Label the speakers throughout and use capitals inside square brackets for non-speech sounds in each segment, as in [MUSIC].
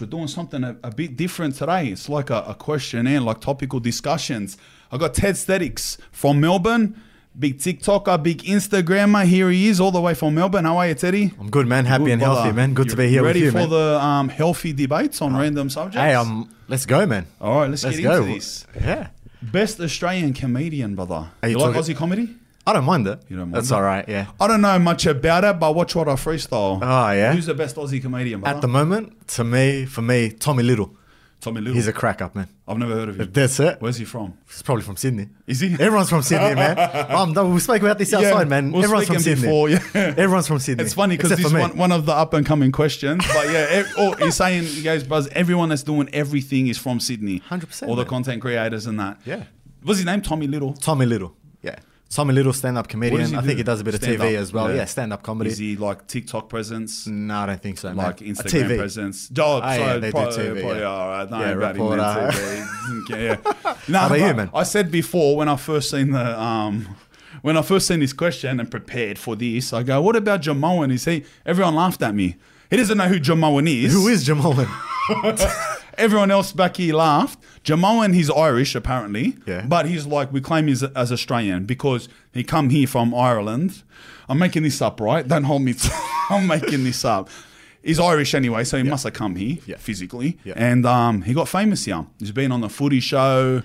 Speaker 1: We're doing something a, a bit different today. It's like a, a questionnaire, like topical discussions. I got Ted Stetics from Melbourne, big TikToker, big Instagrammer. Here he is, all the way from Melbourne. How are you, Teddy?
Speaker 2: I'm good, man. Happy
Speaker 1: Good
Speaker 2: and
Speaker 1: brother.
Speaker 2: healthy, man. Good to
Speaker 1: You're
Speaker 2: be here
Speaker 1: Ready
Speaker 2: with you,
Speaker 1: for
Speaker 2: man.
Speaker 1: the um, healthy debates on random subjects?
Speaker 2: hey, um, let's go, man.
Speaker 1: all right, let's,
Speaker 2: Let's
Speaker 1: get
Speaker 2: go.
Speaker 1: into this.
Speaker 2: Yeah,
Speaker 1: Best Australian comedian, brother.
Speaker 2: Are
Speaker 1: you
Speaker 2: you
Speaker 1: like
Speaker 2: talking-
Speaker 1: Aussie comedy?
Speaker 2: I don't mind it.
Speaker 1: You don't mind
Speaker 2: That's
Speaker 1: it?
Speaker 2: all right. Yeah.
Speaker 1: I don't know much about it, but watch what I freestyle.
Speaker 2: Oh, yeah?
Speaker 1: Who's the best Aussie comedian? Brother?
Speaker 2: At the moment, to me, for me, Tommy Little,
Speaker 1: Tommy Little.
Speaker 2: he's a crack up, man.
Speaker 1: I've never heard of him.
Speaker 2: That's it.
Speaker 1: Where's he from?
Speaker 2: He's probably from Sydney.
Speaker 1: Is he?
Speaker 2: Everyone's from
Speaker 1: [LAUGHS]
Speaker 2: Sydney, man. Um, no, we spoke about this
Speaker 1: Yeah,
Speaker 2: outside, man.
Speaker 1: we were
Speaker 2: Everyone's from
Speaker 1: speaking
Speaker 2: Sydney.
Speaker 1: before, yeah.
Speaker 2: [LAUGHS] Everyone's from Sydney.
Speaker 1: It's funny because
Speaker 2: except
Speaker 1: this
Speaker 2: for
Speaker 1: is
Speaker 2: me.
Speaker 1: one, one of the up and coming questions. But yeah, ev-
Speaker 2: [LAUGHS]
Speaker 1: oh, he's saying, you guys, Buzz, everyone that's doing everything is from Sydney.
Speaker 2: 100%,
Speaker 1: All the
Speaker 2: man.
Speaker 1: content creators and that.
Speaker 2: Yeah.
Speaker 1: What's his name? Tommy Little.
Speaker 2: Tommy Little. Yeah. Tommy Little, stand-up comedian.
Speaker 1: he
Speaker 2: I think
Speaker 1: do?
Speaker 2: he does a bit of
Speaker 1: Stand
Speaker 2: TV
Speaker 1: up,
Speaker 2: as well.
Speaker 1: yeah.
Speaker 2: Yeah, stand-up comedy.
Speaker 1: Is he like TikTok presence?
Speaker 2: No, I don't think so, man.
Speaker 1: Like
Speaker 2: Mm, A
Speaker 1: Instagram
Speaker 2: TV.
Speaker 1: presence? Oh,
Speaker 2: Ah, yeah,
Speaker 1: so
Speaker 2: they do
Speaker 1: probably,
Speaker 2: TV,
Speaker 1: probably
Speaker 2: yeah.
Speaker 1: all right. No,
Speaker 2: Yeah,
Speaker 1: about him,
Speaker 2: reporter. [LAUGHS]
Speaker 1: then, TV. yeah. No,
Speaker 2: How about you,
Speaker 1: but
Speaker 2: man?
Speaker 1: I said before when I first seen the um, when I first seen this question and prepared for this, I go, "What about Jamoan?" He say, "Everyone laughed at me. He doesn't know who Jamoan is.
Speaker 2: Who is Jamal?
Speaker 1: [LAUGHS]
Speaker 2: man?
Speaker 1: Everyone else back here laughed. Jamoan, he's Irish apparently,
Speaker 2: Yeah.
Speaker 1: but he's like we claim he's as Australian because he come here from Ireland. I'm making this up, right? Don't hold me. To, [LAUGHS] I'm making this up. He's Irish anyway, so he must have come here
Speaker 2: Yeah.
Speaker 1: physically,
Speaker 2: Yeah.
Speaker 1: and um, he got famous here. He's been on the Footy Show.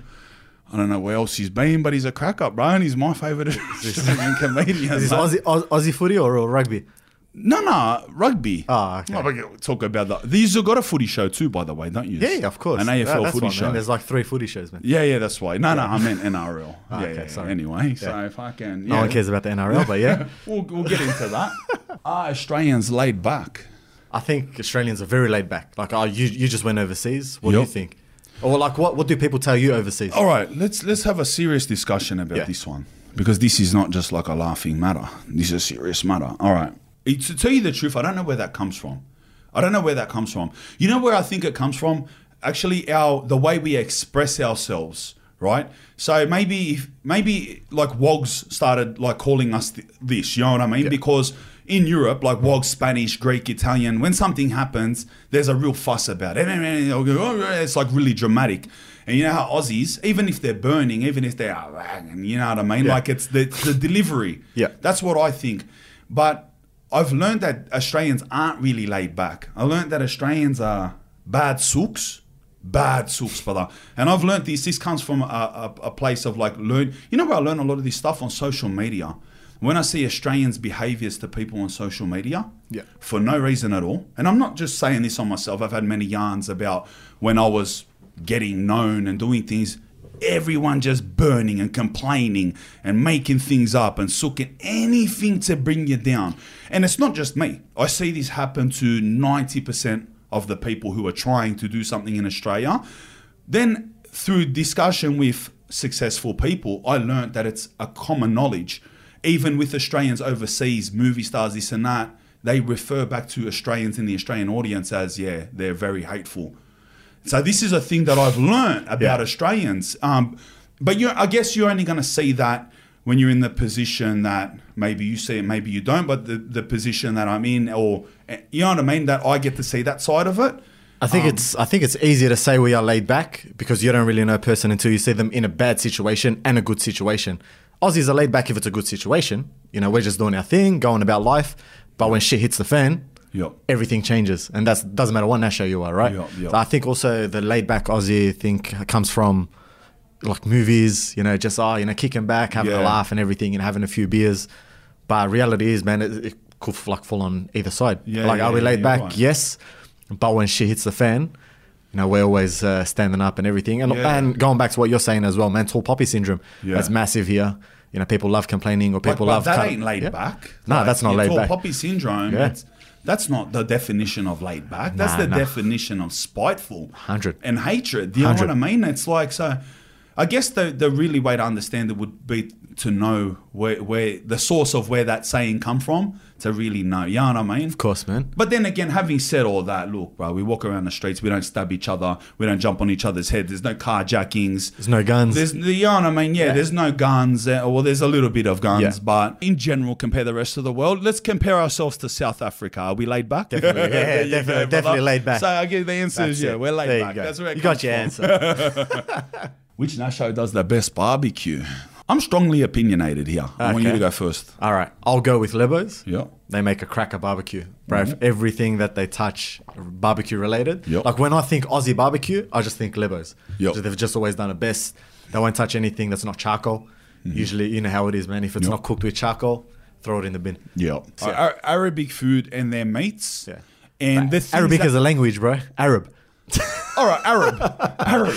Speaker 1: I don't know where else he's been, but he's a crack up, bro, and he's my favourite [LAUGHS] Australian comedian.
Speaker 2: Is this
Speaker 1: man.
Speaker 2: Aussie, Aus- Aussie footy or, or rugby?
Speaker 1: No, no, rugby.
Speaker 2: Ah, okay.
Speaker 1: No, but we'll talk about that. These have got a footy show too, by the way, don't you?
Speaker 2: Yeah, yeah, of course.
Speaker 1: An AFL
Speaker 2: That- that's
Speaker 1: footy
Speaker 2: one, man.
Speaker 1: show.
Speaker 2: There's like three footy shows, man.
Speaker 1: yeah, yeah, that's why. No, no, I meant
Speaker 2: [LAUGHS]
Speaker 1: NRL. yeah,
Speaker 2: Ah, okay,
Speaker 1: yeah,
Speaker 2: sorry.
Speaker 1: Anyway, so fucking. Yeah.
Speaker 2: No one cares about the NRL, but [LAUGHS] yeah.
Speaker 1: We'll, we'll get into
Speaker 2: [LAUGHS]
Speaker 1: that. Are Australians laid back?
Speaker 2: I think Australians are very laid back. Like, oh, you, you just went overseas. What do
Speaker 1: Yep.
Speaker 2: you think? Or like, what, what do people tell you overseas?
Speaker 1: All right, let's let's have a serious discussion about
Speaker 2: Yeah.
Speaker 1: this one because this is not just like a laughing matter. This is a serious matter. All right. It- To tell you the truth, I don't know where that comes from. I don't know where that comes from. You know where I think it comes from? Actually, our the way we express ourselves, right? So maybe if- maybe like Wogs started like calling us th- this. You know what I mean? Because in Europe, like Wog, Spanish, Greek, Italian, when something happens, there's a real fuss about it. [LAUGHS] They'll go, "Oh, yeah," It's like really dramatic. And you know how Aussies, even if they're burning, even if they're, you know what I mean? Like it's the, the delivery.
Speaker 2: Yeah.
Speaker 1: That's what I think. But I've learned that Australians aren't really laid back. I learned that Australians are bad sooks. Bad sooks, brother. And I've learned this. This comes from a, a, a place of like learn. You know where I learn a lot of this stuff on social media. When I see Australians' behaviors to people on social media,
Speaker 2: Yeah.
Speaker 1: for no reason at all. And I'm not just saying this on myself. I've had many yarns about when I was getting known and doing things, everyone just burning and complaining and making things up and sucking anything to bring you down. And it's not just me. I see this happen to 90% of the people who are trying to do something in Australia. Then through discussion with successful people, I learned that it's a common knowledge. Even with Australians overseas, movie stars, this and that, they refer back to Australians in the Australian audience as, yeah, they're very hateful. So this is a thing that I've learned about Australians. Um, but you, I guess you're only going to see that when you're in the position that maybe you see it, maybe you don't. But the, the position that I'm in, or eh, you know what I mean, that I get to see that side of it.
Speaker 2: I think
Speaker 1: Um,
Speaker 2: it's I think it's easier to say we are laid back because you don't really know a person until you see them in a bad situation and a good situation. Aussies are laid back if it's a good situation. You know, we're just doing our thing, going about life. But when shit hits the fan,
Speaker 1: Yep.
Speaker 2: everything changes, and that doesn't matter what nation you are, right?
Speaker 1: Yep, yep.
Speaker 2: So I think also the laid back Aussie thing comes from like movies. You know, just oh, you know, kicking back, having
Speaker 1: Yeah.
Speaker 2: a laugh and everything, and having a few beers. But reality is, man, it, it could like fall on either side.
Speaker 1: Yeah,
Speaker 2: like,
Speaker 1: yeah,
Speaker 2: are we
Speaker 1: yeah,
Speaker 2: laid
Speaker 1: you're
Speaker 2: back?
Speaker 1: right.
Speaker 2: Yes, but when shit hits the fan, you know, we're always uh, standing up and everything. And,
Speaker 1: Yeah.
Speaker 2: and going back to what you're saying as well, man, tall poppy syndrome.
Speaker 1: Yeah.
Speaker 2: That's massive here. You know, people love complaining or
Speaker 1: But-
Speaker 2: people
Speaker 1: but
Speaker 2: love
Speaker 1: that
Speaker 2: cut-
Speaker 1: ain't laid
Speaker 2: Yeah.
Speaker 1: back.
Speaker 2: No,
Speaker 1: Like,
Speaker 2: that's not
Speaker 1: you
Speaker 2: laid
Speaker 1: talk
Speaker 2: back.
Speaker 1: Poppy syndrome.
Speaker 2: Yeah.
Speaker 1: That's, that's not the definition of laid back. That's
Speaker 2: Nah,
Speaker 1: the
Speaker 2: nah.
Speaker 1: definition of spiteful,
Speaker 2: Hundred.
Speaker 1: and hatred. Do you know
Speaker 2: Hundred.
Speaker 1: what I mean? It's like so. I guess the the really way to understand it would be to know where where the source of where that saying come from to really know. You know what I mean?
Speaker 2: Of course, man.
Speaker 1: But then again, having said all that, look, bro, we walk around the streets, we don't stab each other, we don't jump on each other's head. There's no carjackings.
Speaker 2: There's no guns.
Speaker 1: There's you know what I mean? Yeah, there's no guns. uh, Well, there's a little bit of guns,
Speaker 2: Yeah.
Speaker 1: but in general, compare the rest of the world. Let's compare ourselves to South Africa. Are we laid back? [LAUGHS]
Speaker 2: Definitely, yeah,
Speaker 1: There you
Speaker 2: definitely-
Speaker 1: brother.
Speaker 2: definitely laid back.
Speaker 1: So I guess the answer
Speaker 2: That's
Speaker 1: is yeah,
Speaker 2: it.
Speaker 1: we're laid
Speaker 2: There you
Speaker 1: back.
Speaker 2: go.
Speaker 1: That's where it
Speaker 2: You
Speaker 1: comes
Speaker 2: got your
Speaker 1: from.
Speaker 2: answer.
Speaker 1: Which Nasho does the best barbecue? I'm strongly opinionated here. I want you
Speaker 2: Okay.
Speaker 1: to go first.
Speaker 2: All right, I'll go with Lebos.
Speaker 1: Yeah. Mm-hmm.
Speaker 2: They make a cracker barbecue, bro. Everything that they touch, barbecue related.
Speaker 1: Yep.
Speaker 2: Like when I think Aussie barbecue, I just think Lebos.
Speaker 1: Yep.
Speaker 2: So they've just always done it best. They won't touch anything that's not charcoal.
Speaker 1: Mm-hmm.
Speaker 2: Usually, you know how it is, man. If it's
Speaker 1: Yep.
Speaker 2: not cooked with charcoal, throw it in the bin.
Speaker 1: Yeah. Ar- Arabic food and their meats.
Speaker 2: Yeah.
Speaker 1: And the things
Speaker 2: Arabic
Speaker 1: that-
Speaker 2: is a language, bro. Arab. [LAUGHS]
Speaker 1: All right, Arab. Arab.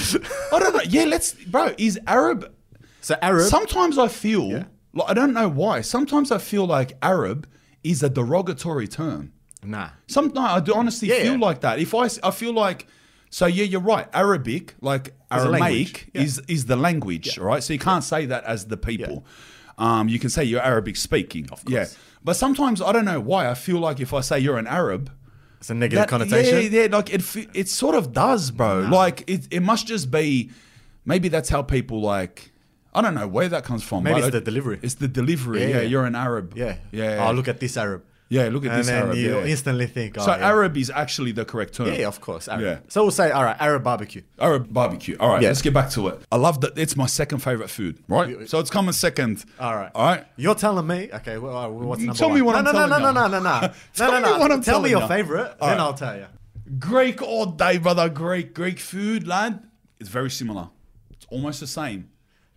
Speaker 1: I don't know. Yeah, let's, bro. Is Arab?
Speaker 2: So Arab.
Speaker 1: Sometimes I feel like I don't know why. Sometimes I feel like Arab is a derogatory term.
Speaker 2: nah.
Speaker 1: Sometimes I do honestly
Speaker 2: Yeah,
Speaker 1: feel
Speaker 2: yeah.
Speaker 1: like that. If I, s- I feel like, so yeah, you're right. Arabic, like
Speaker 2: a language,
Speaker 1: Aramaic,
Speaker 2: yeah.
Speaker 1: is is the language, right? So you can't say that as the people. Um, you can say you're Arabic speaking. Of course. Yeah. But sometimes I don't know why I feel like if I say you're an Arab,
Speaker 2: It's a negative
Speaker 1: that-
Speaker 2: connotation.
Speaker 1: Yeah, yeah, like it, fe- it sort of does, bro. Like it, it must just be, maybe that's how people like. I don't know where that comes from.
Speaker 2: Maybe
Speaker 1: but
Speaker 2: it's
Speaker 1: it-
Speaker 2: the delivery.
Speaker 1: It's the delivery. Yeah,
Speaker 2: Yeah, yeah.
Speaker 1: you're an Arab.
Speaker 2: Yeah.
Speaker 1: yeah.
Speaker 2: Oh, look at this Arab.
Speaker 1: Yeah, look at
Speaker 2: and
Speaker 1: this
Speaker 2: then
Speaker 1: Arab.
Speaker 2: you
Speaker 1: yeah.
Speaker 2: instantly think, oh,
Speaker 1: so
Speaker 2: yeah.
Speaker 1: Arab is actually the correct term.
Speaker 2: Yeah, of course. Arab.
Speaker 1: Yeah.
Speaker 2: So we'll say, all right, Arab barbecue.
Speaker 1: Arab barbecue. All right,
Speaker 2: Yeah.
Speaker 1: let's get back to it. I love that. It's my second favorite food. Right. So it's coming second.
Speaker 2: All right.
Speaker 1: All right.
Speaker 2: You're telling me. Okay. Well, all right, what's number
Speaker 1: Tell
Speaker 2: one?
Speaker 1: me what
Speaker 2: no,
Speaker 1: I'm
Speaker 2: no,
Speaker 1: telling
Speaker 2: no, no,
Speaker 1: you.
Speaker 2: no, no,
Speaker 1: [LAUGHS]
Speaker 2: no, no.
Speaker 1: Tell
Speaker 2: no,
Speaker 1: me
Speaker 2: no, no.
Speaker 1: what I'm
Speaker 2: Tell
Speaker 1: telling
Speaker 2: me your
Speaker 1: you.
Speaker 2: favorite, then I'll tell you.
Speaker 1: Greek all day, brother. Greek, Greek food, lad. It's very similar. It's almost the same.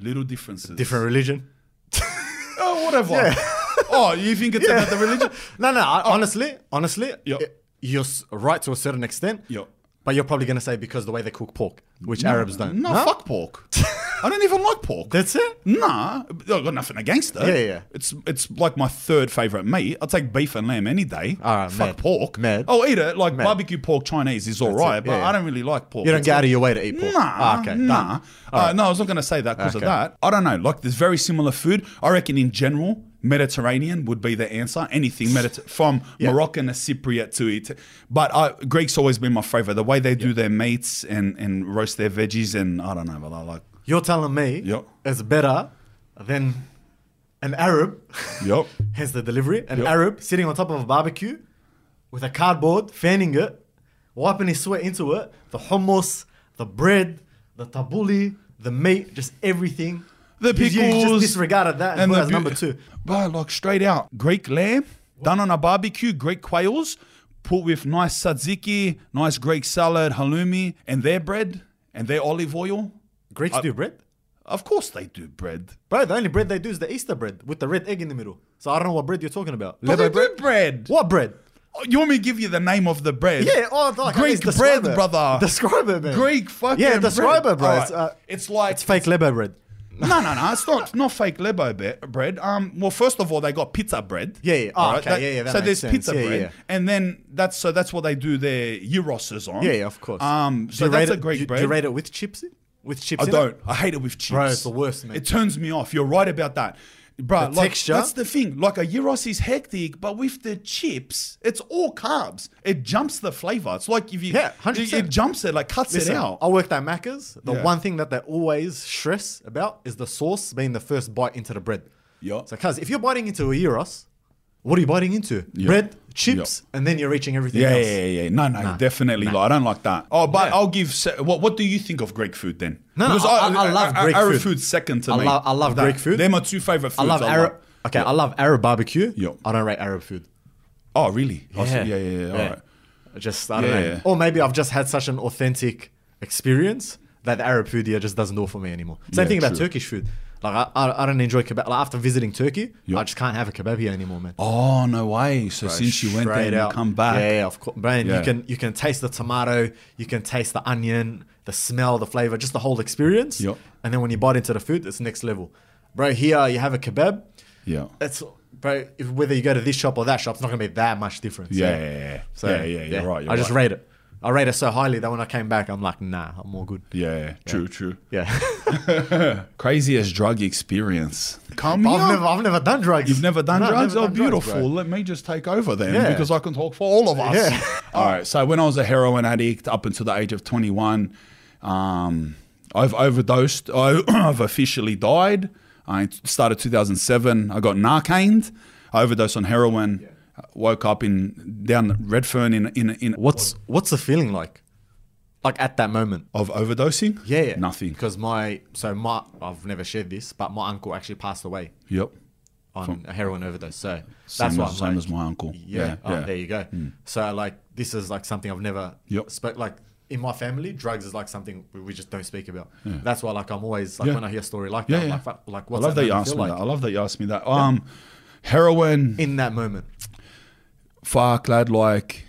Speaker 1: Little differences.
Speaker 2: Different religion.
Speaker 1: Oh, whatever. [LAUGHS] oh, you think it's another religion?
Speaker 2: [LAUGHS] No, no.
Speaker 1: Oh.
Speaker 2: I, Honestly, honestly,
Speaker 1: Yep.
Speaker 2: it- you're s- right to a certain extent.
Speaker 1: Yep.
Speaker 2: But you're probably gonna say because the way they cook pork, which Arabs don't.
Speaker 1: No, fuck pork. I don't even like pork.
Speaker 2: That's
Speaker 1: [LAUGHS]
Speaker 2: it.
Speaker 1: nah, I've got nothing against it.
Speaker 2: Yeah, yeah, yeah.
Speaker 1: It's it's like my third favorite meat. I'll take beef and lamb any day.
Speaker 2: All right,
Speaker 1: fuck
Speaker 2: mad.
Speaker 1: pork.
Speaker 2: Mad.
Speaker 1: I'll eat it. Like
Speaker 2: Mad.
Speaker 1: barbecue pork Chinese is all right,
Speaker 2: Yeah,
Speaker 1: but
Speaker 2: yeah.
Speaker 1: I don't really like pork.
Speaker 2: You don't
Speaker 1: It's
Speaker 2: go
Speaker 1: like-
Speaker 2: out of your way to eat pork.
Speaker 1: Nah,
Speaker 2: Ah, okay. done.
Speaker 1: nah. Uh, No, I was not going to say that because
Speaker 2: Okay.
Speaker 1: of that. I don't know. Like, there's very similar food. I reckon in general, Mediterranean would be the answer. Anything Mediter- from Moroccan to Cypriot to it. But I, Greek's always been my favorite. The way they do their meats and, and roast their veggies and I don't know, but I like.
Speaker 2: You're telling me
Speaker 1: Yep.
Speaker 2: it's better than an Arab, [LAUGHS]
Speaker 1: Yep.
Speaker 2: hence the delivery, an
Speaker 1: Yep.
Speaker 2: Arab sitting on top of a barbecue with a cardboard, fanning it, wiping his sweat into it, the hummus, the bread, the tabbouleh, the meat, just everything.
Speaker 1: The
Speaker 2: You-
Speaker 1: pickles.
Speaker 2: You, just disregarded that and
Speaker 1: the
Speaker 2: put as
Speaker 1: bu-
Speaker 2: number two.
Speaker 1: Bro, like straight out Greek lamb done on a barbecue, Greek quails put with nice tzatziki, nice Greek salad, halloumi, and their bread and their olive oil.
Speaker 2: Greeks do bread.
Speaker 1: Of course they do bread.
Speaker 2: Bro, the only bread they do is the Easter bread with the red egg in the middle. So I don't know what bread you're talking about.
Speaker 1: But
Speaker 2: Lebo
Speaker 1: they do bread.
Speaker 2: What bread?
Speaker 1: Oh, You want me to give you the name of the bread?
Speaker 2: Yeah, oh, like, at
Speaker 1: Greek
Speaker 2: least describe
Speaker 1: bread,
Speaker 2: it.
Speaker 1: brother.
Speaker 2: Describe it, man.
Speaker 1: Greek fucking
Speaker 2: Yeah, describe
Speaker 1: bread.
Speaker 2: it, bro.
Speaker 1: All right.
Speaker 2: It's, uh,
Speaker 1: It's like
Speaker 2: It's fake Lebo bread.
Speaker 1: no, no, no. It's not not fake Lebo be- bread. Um, well, first of all, they got pizza bread.
Speaker 2: Yeah, yeah. Oh,
Speaker 1: All
Speaker 2: okay. Yeah, yeah, that
Speaker 1: so
Speaker 2: makes
Speaker 1: there's
Speaker 2: sense.
Speaker 1: pizza
Speaker 2: Yeah, yeah,
Speaker 1: bread,
Speaker 2: yeah.
Speaker 1: and then that's so that's what they do their euroses on.
Speaker 2: Yeah, yeah, of course.
Speaker 1: Um,
Speaker 2: Do
Speaker 1: so
Speaker 2: you
Speaker 1: that's
Speaker 2: rate
Speaker 1: a
Speaker 2: it-
Speaker 1: Greek
Speaker 2: do,
Speaker 1: bread.
Speaker 2: Do you rate it with chips? in- With
Speaker 1: I
Speaker 2: chips? in it?
Speaker 1: don't. I hate it with chips.
Speaker 2: it's the worst, man.
Speaker 1: It turns me off. You're right about that. Bro, like,
Speaker 2: texture?
Speaker 1: that's the thing. Like a gyros is hectic, but with the chips, it's all carbs. It jumps the flavor. It's like if you
Speaker 2: Yeah,
Speaker 1: it,
Speaker 2: 100%.
Speaker 1: it jumps it, like cuts
Speaker 2: Listen, Oh,
Speaker 1: it out.
Speaker 2: I worked at Macca's. The
Speaker 1: Yeah.
Speaker 2: one thing that they always stress about is the sauce being the first bite into the bread.
Speaker 1: Yeah.
Speaker 2: So, cuz if you're biting into a gyros, what are you biting into? Bread, chips, and then you're reaching everything
Speaker 1: Yeah,
Speaker 2: else.
Speaker 1: yeah, yeah, yeah. No, no, definitely. Like, I don't like that. Oh, but I'll give. Se- what What do you think of Greek food then?
Speaker 2: No, no, I- I- I love Greek
Speaker 1: Arab
Speaker 2: food.
Speaker 1: food's second to
Speaker 2: I
Speaker 1: me.
Speaker 2: love- I love
Speaker 1: That-
Speaker 2: Greek food.
Speaker 1: They're my two favorite
Speaker 2: I
Speaker 1: foods.
Speaker 2: love Arab. Okay, I love Arab barbecue.
Speaker 1: Yeah.
Speaker 2: I don't rate Arab food.
Speaker 1: Oh, really? Yeah, yeah, yeah. yeah, All right.
Speaker 2: I Just I don't
Speaker 1: Yeah,
Speaker 2: know.
Speaker 1: yeah.
Speaker 2: Or maybe I've just had such an authentic experience that the Arab food here just doesn't do it for me anymore. Same
Speaker 1: Yeah,
Speaker 2: thing about
Speaker 1: true.
Speaker 2: Turkish food. Like I, I, I don't enjoy kebab. Like after visiting Turkey, I just can't have a kebab here anymore, man.
Speaker 1: Oh no way! So since you went there
Speaker 2: Straight
Speaker 1: and you
Speaker 2: out.
Speaker 1: come back,
Speaker 2: yeah, yeah, of course, man.
Speaker 1: Yeah.
Speaker 2: You can you can taste the tomato, you can taste the onion, the smell, the flavor, just the whole experience.
Speaker 1: Yep.
Speaker 2: And then when you bite into the food, it's next level, bro. Here you have a kebab.
Speaker 1: yeah,
Speaker 2: That's bro. If, whether you go to this shop or that shop, it's not gonna be that much difference.
Speaker 1: Yeah, yeah, yeah. Yeah, yeah, you're right, you're
Speaker 2: I just
Speaker 1: right.
Speaker 2: rate it. I rate her so highly that when I came back, I'm like, nah, I'm all good.
Speaker 1: Yeah, true, true.
Speaker 2: [LAUGHS] Yeah.
Speaker 1: Craziest drug experience. Come me
Speaker 2: I've
Speaker 1: up.
Speaker 2: never, I've never done drugs.
Speaker 1: You've never done
Speaker 2: No, I've
Speaker 1: drugs?
Speaker 2: never
Speaker 1: oh,
Speaker 2: done drugs,
Speaker 1: beautiful.
Speaker 2: bro.
Speaker 1: Let me just take over then
Speaker 2: Yeah.
Speaker 1: because I can talk for all of us.
Speaker 2: Yeah.
Speaker 1: [LAUGHS] all right. So, when I was a heroin addict up until the age of 21, um, I've overdosed. I, [CLEARS THROAT] I've officially died. I started 2007. I got narcaned. I overdosed on heroin. Woke up in down Redfern in in in
Speaker 2: What's what's the feeling like? Like at that moment?
Speaker 1: of overdosing?
Speaker 2: Yeah, yeah.
Speaker 1: nothing.
Speaker 2: Because my so my I've never shared this, but my uncle actually passed away
Speaker 1: Yep,
Speaker 2: on a heroin overdose. So that's
Speaker 1: same,
Speaker 2: why
Speaker 1: as, same
Speaker 2: I'm
Speaker 1: as
Speaker 2: like,
Speaker 1: my uncle.
Speaker 2: yeah, oh, there you go. So like this is like something I've never
Speaker 1: Yep.
Speaker 2: spoke like in my family. Drugs is like something we, we just don't speak about. That's why like I'm always like
Speaker 1: Yeah.
Speaker 2: when I hear a story like
Speaker 1: Yeah,
Speaker 2: that, I'm
Speaker 1: yeah.
Speaker 2: like, fuck, like
Speaker 1: I
Speaker 2: what's
Speaker 1: love that you
Speaker 2: moment
Speaker 1: asked
Speaker 2: feel
Speaker 1: me
Speaker 2: like?
Speaker 1: that. I love that you asked me that. Um, heroin,
Speaker 2: in that moment.
Speaker 1: fuck, lad, like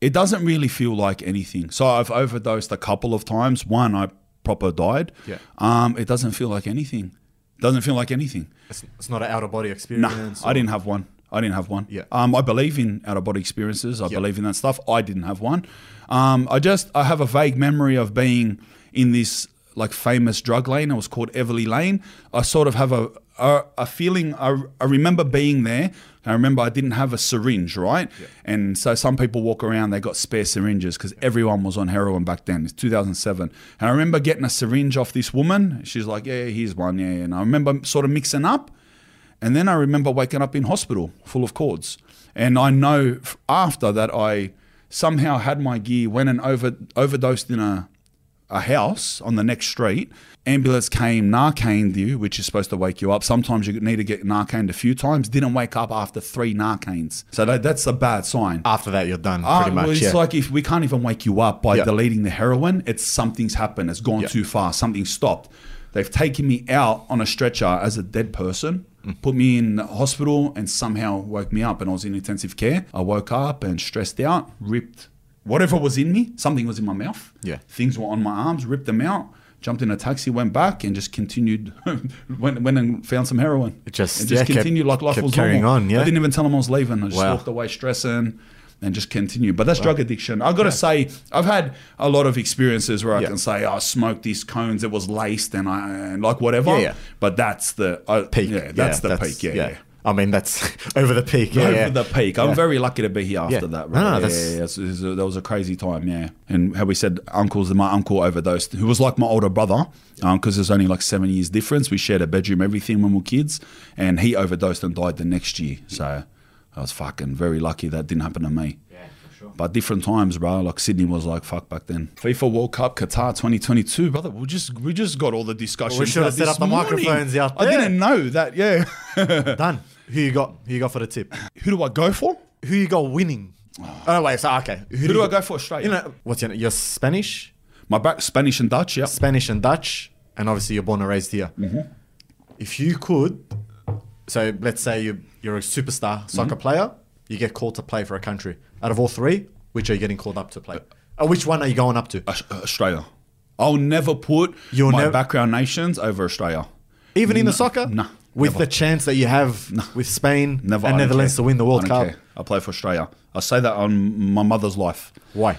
Speaker 1: it doesn't really feel like anything. So I've overdosed a couple of times. One, I proper died.
Speaker 2: Yeah.
Speaker 1: Um, it doesn't feel like anything. Doesn't feel like anything.
Speaker 2: It's, it's not an out of body
Speaker 1: Nah,
Speaker 2: experience.
Speaker 1: I didn't have one. I didn't have one.
Speaker 2: Yeah.
Speaker 1: Um, I believe in out of body experiences. I
Speaker 2: Yeah.
Speaker 1: believe in that stuff. I didn't have one. Um, I just I have a vague memory of being in this like famous drug lane. It was called Everly Lane. I sort of have a a, a feeling. I, I remember being there. I remember I didn't have a syringe, right? And so some people walk around. They got spare syringes because everyone was on heroin back then. It's 2007. And I remember getting a syringe off this woman. She's like, "Yeah, here's one." Yeah, yeah." and I remember sort of mixing up. And then I remember waking up in hospital full of cords. And I know f- after that I somehow had my gear, went and over, overdosed in a, a house on the next street. Ambulance came, narcaned you, which is supposed to wake you up. Sometimes you need to get narcaned a few times. Didn't wake up after three narcanes. So that, that's a bad sign.
Speaker 2: After that, you're done
Speaker 1: Ah,
Speaker 2: pretty much.
Speaker 1: well, it's
Speaker 2: yeah.
Speaker 1: like if we can't even wake you up by
Speaker 2: Yeah.
Speaker 1: deleting the heroin, it's something's happened. It's gone
Speaker 2: Yeah.
Speaker 1: too far. Something's stopped. They've taken me out on a stretcher as a dead person,
Speaker 2: Mm.
Speaker 1: put me in the hospital, and somehow woke me up. And I was in intensive care. I woke up and stressed out, ripped whatever was in me. Something was in my mouth.
Speaker 2: Yeah.
Speaker 1: Things were on my arms, ripped them out. Jumped in a taxi, went back, and just continued. [LAUGHS] went, went and found some heroin.
Speaker 2: It just-
Speaker 1: and
Speaker 2: yeah,
Speaker 1: just
Speaker 2: kept-
Speaker 1: continued like life
Speaker 2: kept
Speaker 1: was
Speaker 2: carrying
Speaker 1: normal.
Speaker 2: on, yeah.
Speaker 1: I didn't even tell them I was leaving. I just
Speaker 2: Wow.
Speaker 1: walked away stressing and just continue. But that's drug addiction. I've got to say, I've had a lot of experiences where I
Speaker 2: Yeah.
Speaker 1: can say, oh, I smoked these cones, it was laced and I and like whatever.
Speaker 2: Yeah, yeah.
Speaker 1: But that's the uh,
Speaker 2: peak.
Speaker 1: Yeah, that's the peak. Yeah. yeah.
Speaker 2: I mean, that's [LAUGHS] over the peak. Yeah,
Speaker 1: Over
Speaker 2: yeah.
Speaker 1: the peak. I'm
Speaker 2: Yeah.
Speaker 1: very lucky to be here after
Speaker 2: Yeah.
Speaker 1: that.
Speaker 2: No, no,
Speaker 1: Right? yeah,
Speaker 2: that's-
Speaker 1: yeah, yeah. It's- it's- that was a crazy time. Yeah, and how we said uncles. My uncle overdosed, who was like my older brother, because there's only like seven years difference. We shared a bedroom, everything when we were kids, and he overdosed and died the next year. So I was fucking very lucky that didn't happen to me. [LAUGHS] But different times, bro. Like Sydney was like fuck back then. FIFA World Cup Qatar 2022, brother. We just we just got all the discussions.
Speaker 2: should have
Speaker 1: out
Speaker 2: set
Speaker 1: this
Speaker 2: up the
Speaker 1: morning.
Speaker 2: microphones out
Speaker 1: I
Speaker 2: there.
Speaker 1: didn't know that. Yeah.
Speaker 2: Done. Who you got? Who you got for the tip?
Speaker 1: Who do I go for?
Speaker 2: Who you got winning? Oh, no, wait. So okay.
Speaker 1: Ah. Who do
Speaker 2: you
Speaker 1: I go for Australia?
Speaker 2: You know what's your you're Spanish,
Speaker 1: My back Spanish and Dutch, yeah.
Speaker 2: Spanish and Dutch, and obviously you're born and raised here.
Speaker 1: Mm-hmm.
Speaker 2: If you could, so let's say you you're a
Speaker 1: Mm-hmm.
Speaker 2: superstar soccer player, you get called to play for a country. Out of all three, which are you getting called up to play? Uh, which one are you going up to?
Speaker 1: Aus- uh, Australia. I'll never put
Speaker 2: You'll
Speaker 1: my
Speaker 2: nev-
Speaker 1: background nations over Australia.
Speaker 2: Even in the soccer?
Speaker 1: nah,
Speaker 2: With
Speaker 1: never.
Speaker 2: the chance that you have with Spain
Speaker 1: Never. I
Speaker 2: and
Speaker 1: don't
Speaker 2: Netherlands to
Speaker 1: care.
Speaker 2: win the World
Speaker 1: I don't
Speaker 2: Cup.
Speaker 1: care. I play for Australia. I say that on my mother's life
Speaker 2: Why?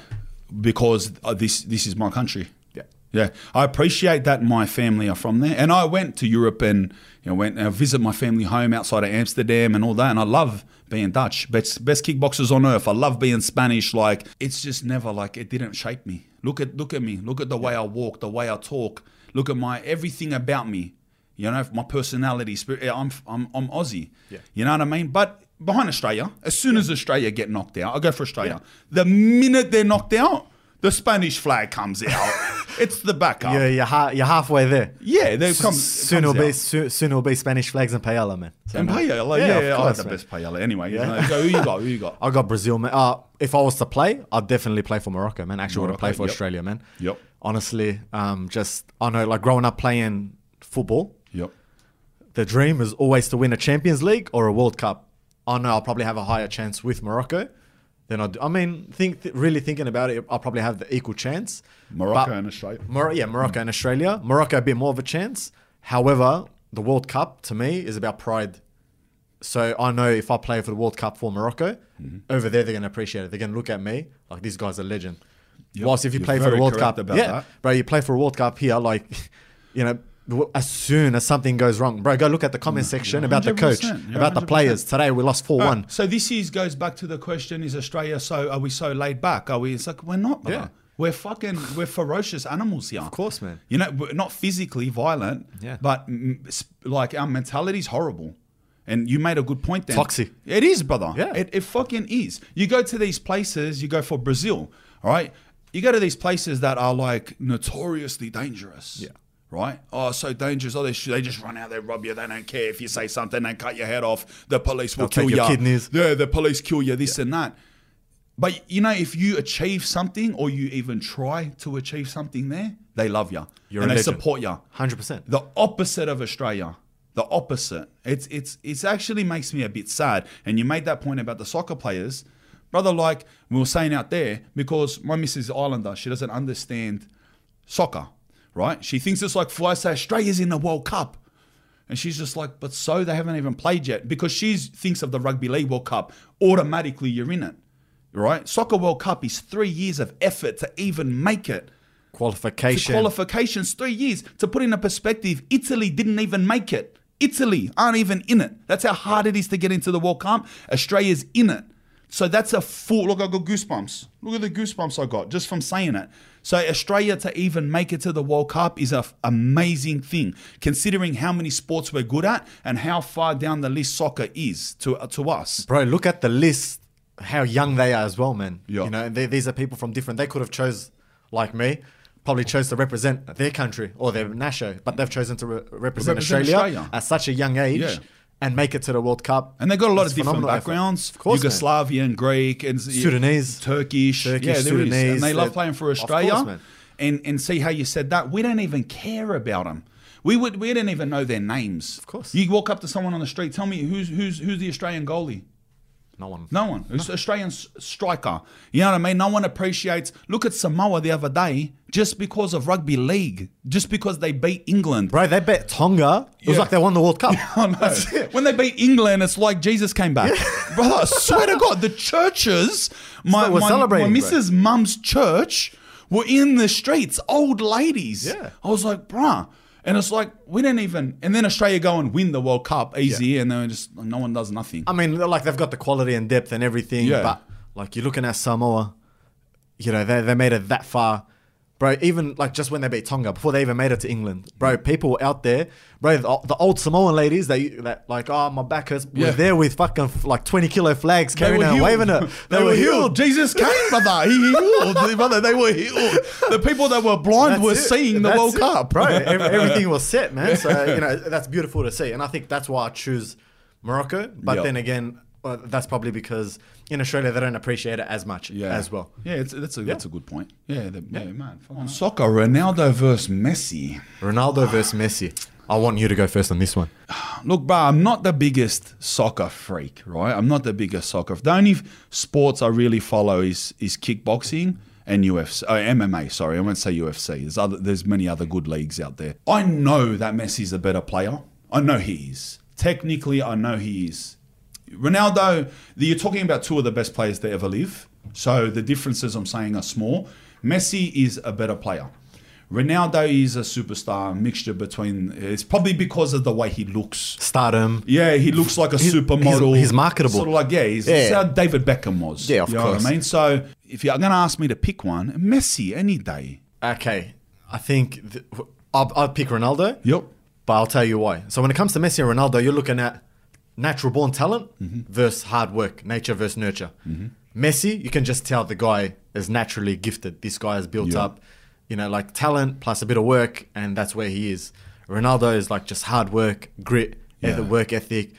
Speaker 1: because uh, this this is my country.
Speaker 2: Yeah.
Speaker 1: Yeah, I appreciate that my family are from there, and I went to Europe and you know, went and visit my family home outside of Amsterdam and all that. And I love being Dutch, best best kickboxers on earth. I love being Spanish. Like it's just never like it didn't shape me. Look at look at me. Look at the way I walk, the way I talk. Look at my everything about me. You know, my personality, spirit. yeah, I'm I'm I'm Aussie.
Speaker 2: Yeah.
Speaker 1: You know what I mean? But behind Australia, as soon as Australia get knocked out, I go for Australia. The minute they're knocked out, the Spanish flag comes out. it's the backup.
Speaker 2: You're,
Speaker 1: Yeah,
Speaker 2: you're, ha- you're halfway there.
Speaker 1: they've come. it
Speaker 2: soon
Speaker 1: comes
Speaker 2: will be
Speaker 1: out.
Speaker 2: soon, soon will be Spanish flags and paella, man. So,
Speaker 1: And
Speaker 2: man,
Speaker 1: paella, yeah, yeah,
Speaker 2: of
Speaker 1: yeah I had
Speaker 2: course,
Speaker 1: the
Speaker 2: man.
Speaker 1: best paella. Anyway, you know, go, who you got? Who you
Speaker 2: [LAUGHS]
Speaker 1: got?
Speaker 2: I got Brazil, man. Uh, if I was to play, I'd definitely play for Morocco, man. Actually, would have
Speaker 1: Morocco,
Speaker 2: played for
Speaker 1: yep.
Speaker 2: Australia, man.
Speaker 1: Yep.
Speaker 2: Honestly, um, just I know, like growing up playing football,
Speaker 1: Yep.
Speaker 2: the dream is always to win a Champions League or a World Cup. I know I'll probably have a higher chance with Morocco than I do. I mean, think th- really thinking about it, I'll probably have the equal chance.
Speaker 1: Morocco
Speaker 2: But-
Speaker 1: and Australia.
Speaker 2: Mor- yeah, Morocco and Australia. Morocco a bit more of a chance. However, the World Cup to me is about pride. So I know if I
Speaker 1: Mm-hmm.
Speaker 2: play for the World Cup for Morocco, over there they're going to appreciate it. They're going to look at me like this guy's a legend.
Speaker 1: Yep.
Speaker 2: Whilst if you
Speaker 1: You're
Speaker 2: play for the
Speaker 1: very
Speaker 2: World
Speaker 1: correct
Speaker 2: Cup,
Speaker 1: about
Speaker 2: yeah,
Speaker 1: that.
Speaker 2: bro, you play for a World Cup here, like, [LAUGHS] you know, w- as soon as something goes wrong, bro, go look at the comment section about the coach,
Speaker 1: 100%, Mm-hmm. yeah,
Speaker 2: about the
Speaker 1: 100%.
Speaker 2: players. Today we lost four one.
Speaker 1: So this is goes back to the question: Is Australia so? Are we so laid back? Are we? It's like we're not. brother.
Speaker 2: Yeah.
Speaker 1: We're fucking. We're ferocious animals here. Of
Speaker 2: course, man.
Speaker 1: You know, we're not physically violent.
Speaker 2: Yeah.
Speaker 1: But mm, s- like our mentality's horrible. And you made a good point there.
Speaker 2: Toxic.
Speaker 1: It is, brother.
Speaker 2: Yeah.
Speaker 1: It, it fucking is. You go to these places. You go for Brazil. All right. You go to these places that are like notoriously dangerous.
Speaker 2: Yeah.
Speaker 1: Right? Oh, so dangerous. Oh, they, sh- they just run out, they rob you, they don't care if you say something, they cut your head off, the police will
Speaker 2: They'll
Speaker 1: kill
Speaker 2: take your
Speaker 1: you.
Speaker 2: kidneys.
Speaker 1: Yeah, the police kill you, this and that. But you know, if you achieve something or you even try to achieve something there, they love you
Speaker 2: You're
Speaker 1: and
Speaker 2: a
Speaker 1: they
Speaker 2: legend.
Speaker 1: support you.
Speaker 2: Hundred percent.
Speaker 1: The opposite of Australia. The opposite. It's it's it's actually makes me a bit sad. And you made that point about the soccer players, brother. Like we were saying out there, because my missus is Islander, she doesn't understand soccer, right? She thinks it's like I say Australia's in the World Cup. And she's just like, but so they haven't even played yet because she thinks of the Rugby League World Cup. Automatically, you're in it, right? Soccer World Cup is three years of effort to even make it
Speaker 2: Qualification.
Speaker 1: qualifications three years. To put in a perspective, Italy didn't even make it. Italy aren't even in it. That's how hard it is to get into the World Cup. Australia's in it. So that's a full look. I got goosebumps. Look at the goosebumps I got just from saying it. So Australia to even make it to the World Cup is an amazing thing, considering how many sports we're good at and how far down the list soccer is to uh, to us.
Speaker 2: bro look at the list how young they are as well man
Speaker 1: Yeah.
Speaker 2: you know and they, these are people from different they could have chose like me probably chose to represent their country or their nation but they've chosen to re- represent,
Speaker 1: Represent
Speaker 2: australia,
Speaker 1: Australia.
Speaker 2: at such a young age
Speaker 1: Yeah.
Speaker 2: and make it to the world cup
Speaker 1: And they got a lot
Speaker 2: It's
Speaker 1: of different
Speaker 2: phenomenal effort.
Speaker 1: backgrounds.
Speaker 2: of course man.
Speaker 1: Yugoslavian, Greek, and
Speaker 2: Sudanese.
Speaker 1: Turkish.
Speaker 2: Turkish,
Speaker 1: yeah, there is.
Speaker 2: Sudanese,
Speaker 1: And they love
Speaker 2: they-
Speaker 1: playing for
Speaker 2: of course,
Speaker 1: Australia.
Speaker 2: man.
Speaker 1: and and see how you said that. We don't even care about them. We would. We didn't even know their names. Of
Speaker 2: course.
Speaker 1: You walk up to someone on the street. Tell me who's who's who's the Australian goalie.
Speaker 2: no one
Speaker 1: No
Speaker 2: [LAUGHS]
Speaker 1: one. It's Australian s- striker. You know what I mean? No one appreciates. Look at Samoa the other day, just because of rugby league, just because they beat England.
Speaker 2: bro they bet tonga it
Speaker 1: [LAUGHS]
Speaker 2: was
Speaker 1: Yeah.
Speaker 2: like they won the world cup
Speaker 1: Oh, no. When they beat England, it's like Jesus came back. [LAUGHS] Brother, I swear to God, the churches, my,
Speaker 2: So we're
Speaker 1: my, my
Speaker 2: celebrating, bro.
Speaker 1: missus' mum's church were in the streets, old ladies.
Speaker 2: Yeah.
Speaker 1: I was like, bruh. And it's like, we didn't even. And then Australia go and win the World Cup easy, and then just no one does nothing.
Speaker 2: I mean, they're like they've got the quality and depth and everything,
Speaker 1: Yeah.
Speaker 2: but like you're looking at Samoa, you know, they, they made it that far. Bro, even like just when they beat Tonga, before they even made it to England, bro, people were out there, bro, the, the old Samoan ladies that, you- that like, oh, my back hurts,
Speaker 1: Yeah.
Speaker 2: were there with fucking like 20 kilo flags
Speaker 1: They
Speaker 2: carrying
Speaker 1: were
Speaker 2: it and
Speaker 1: healed.
Speaker 2: waving it.
Speaker 1: [LAUGHS] They, were, healed. Jesus came, brother. He
Speaker 2: [LAUGHS]
Speaker 1: healed, brother. They were healed. The people that were blind
Speaker 2: That's
Speaker 1: were
Speaker 2: it.
Speaker 1: seeing the
Speaker 2: That's
Speaker 1: World
Speaker 2: it,
Speaker 1: Cup, [LAUGHS]
Speaker 2: bro. Ev- Everything was set, man. So you know that's beautiful to see, and I think that's why I choose Morocco. But
Speaker 1: Yep.
Speaker 2: then again, uh, that's probably because in Australia they don't appreciate it as much as well.
Speaker 1: Yeah, it's, that's a that's a good point. Yeah, the, yeah. man. On soccer, Ronaldo versus Messi.
Speaker 2: Ronaldo versus Messi. I want you to go first on this one.
Speaker 1: Look, bro, I'm not the biggest soccer freak, right? I'm not the biggest soccer. The only sports I really follow is is kickboxing and UFC, uh, MMA. Sorry, I won't say UFC. There's other, there's many other good leagues out there. I know that Messi's a better player. I know he is. Technically, I know he is. Ronaldo, the- you're talking about two of the best players to ever live. So the differences I'm saying are small. Messi is a better player. Ronaldo is a superstar mixture between. It's probably because of the way he looks.
Speaker 2: Stardom.
Speaker 1: Yeah, he looks like a
Speaker 2: He's-
Speaker 1: supermodel.
Speaker 2: he's- he's marketable.
Speaker 1: Sort of like yeah, he's, it's
Speaker 2: Yeah.
Speaker 1: how David Beckham was.
Speaker 2: Yeah, of
Speaker 1: you know
Speaker 2: course.
Speaker 1: What I mean, so if you're going to ask me to pick one, Messi any day.
Speaker 2: Okay, I think th- I'll, I'll pick Ronaldo.
Speaker 1: Yep.
Speaker 2: But I'll tell you why. So when it comes to Messi and Ronaldo, you're looking at natural born talent
Speaker 1: Mm-hmm.
Speaker 2: versus hard work, nature versus nurture. Messi, you can just tell the guy is naturally gifted. This guy has built
Speaker 1: Yeah.
Speaker 2: up, you know, like talent plus a bit of work, and that's where he is. Ronaldo is like just hard work, grit,
Speaker 1: Yeah.
Speaker 2: eth- work ethic.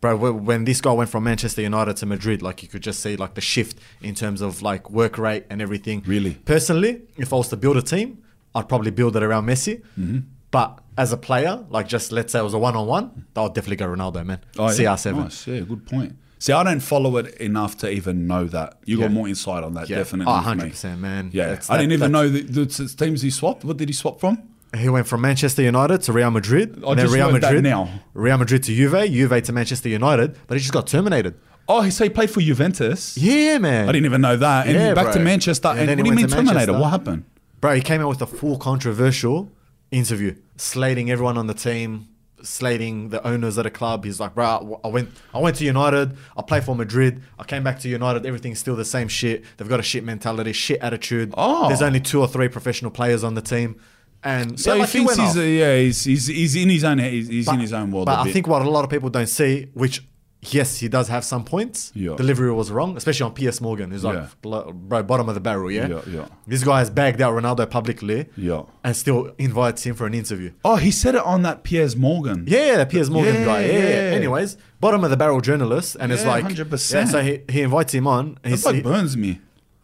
Speaker 2: Bro, wh- when this guy went from Manchester United to Madrid, like you could just see like the shift in terms of like work rate and everything.
Speaker 1: Really?
Speaker 2: Personally, if I was to build a team, I'd probably build it around Messi.
Speaker 1: Mm-hmm.
Speaker 2: But as a player, like just let's say it was a one on one, that would definitely go Ronaldo, man.
Speaker 1: Oh, yeah.
Speaker 2: CR7.
Speaker 1: Nice. Yeah, good point. See, I don't follow it enough to even know that. You
Speaker 2: Yeah.
Speaker 1: got more insight on that,
Speaker 2: Yeah.
Speaker 1: definitely.
Speaker 2: Oh,
Speaker 1: with me.
Speaker 2: 100%, man.
Speaker 1: Yeah,
Speaker 2: That's-
Speaker 1: I didn't
Speaker 2: that-
Speaker 1: even
Speaker 2: that's-
Speaker 1: know the, the s- teams he swapped. What did he swap from?
Speaker 2: He went from Manchester United to Real Madrid.
Speaker 1: I just
Speaker 2: Real
Speaker 1: learned that
Speaker 2: Madrid
Speaker 1: now.
Speaker 2: Real Madrid to Juve, Juve to Manchester United, but he just got terminated.
Speaker 1: Oh, he so he played for Juventus.
Speaker 2: Yeah, man.
Speaker 1: I didn't even know that. And
Speaker 2: Yeah,
Speaker 1: back to
Speaker 2: bro.
Speaker 1: Manchester.
Speaker 2: And
Speaker 1: And,
Speaker 2: then he
Speaker 1: what do you mean
Speaker 2: went to
Speaker 1: Terminator?
Speaker 2: Manchester.
Speaker 1: What happened?
Speaker 2: Bro, he came out with a full controversial interview, slating everyone on the team, slating the owners of the club. He's like, bro, I w- I went, I went to United, I played for Madrid, I came back to United, everything's still the same shit. They've got a shit mentality, shit attitude.
Speaker 1: Oh.
Speaker 2: There's only two or three professional players on the team, and
Speaker 1: So
Speaker 2: Yeah,
Speaker 1: he
Speaker 2: like,
Speaker 1: thinks
Speaker 2: went
Speaker 1: he's
Speaker 2: off.
Speaker 1: uh, yeah he's, he's he's in his own he's, he's in
Speaker 2: But-
Speaker 1: his own world.
Speaker 2: But
Speaker 1: a
Speaker 2: I
Speaker 1: bit.
Speaker 2: think what a lot of people don't see, which yes, he does have some points.
Speaker 1: Yeah.
Speaker 2: Delivery was wrong, especially on P.S. Morgan, who's like
Speaker 1: Yeah.
Speaker 2: blo- bro, bottom of the barrel. Yeah?
Speaker 1: Yeah, yeah.
Speaker 2: This guy has bagged out Ronaldo publicly.
Speaker 1: Yeah.
Speaker 2: And still invites him for an interview.
Speaker 1: oh he said it on that Piers Morgan.
Speaker 2: Yeah, the Piers Morgan
Speaker 1: Yeah,
Speaker 2: guy. Yeah, yeah.
Speaker 1: yeah.
Speaker 2: Anyways, bottom of the barrel journalist, and it's
Speaker 1: Yeah,
Speaker 2: like,
Speaker 1: 100%.
Speaker 2: yeah, so he, he invites him on. and
Speaker 1: That
Speaker 2: He's
Speaker 1: bloke
Speaker 2: he-
Speaker 1: burns me.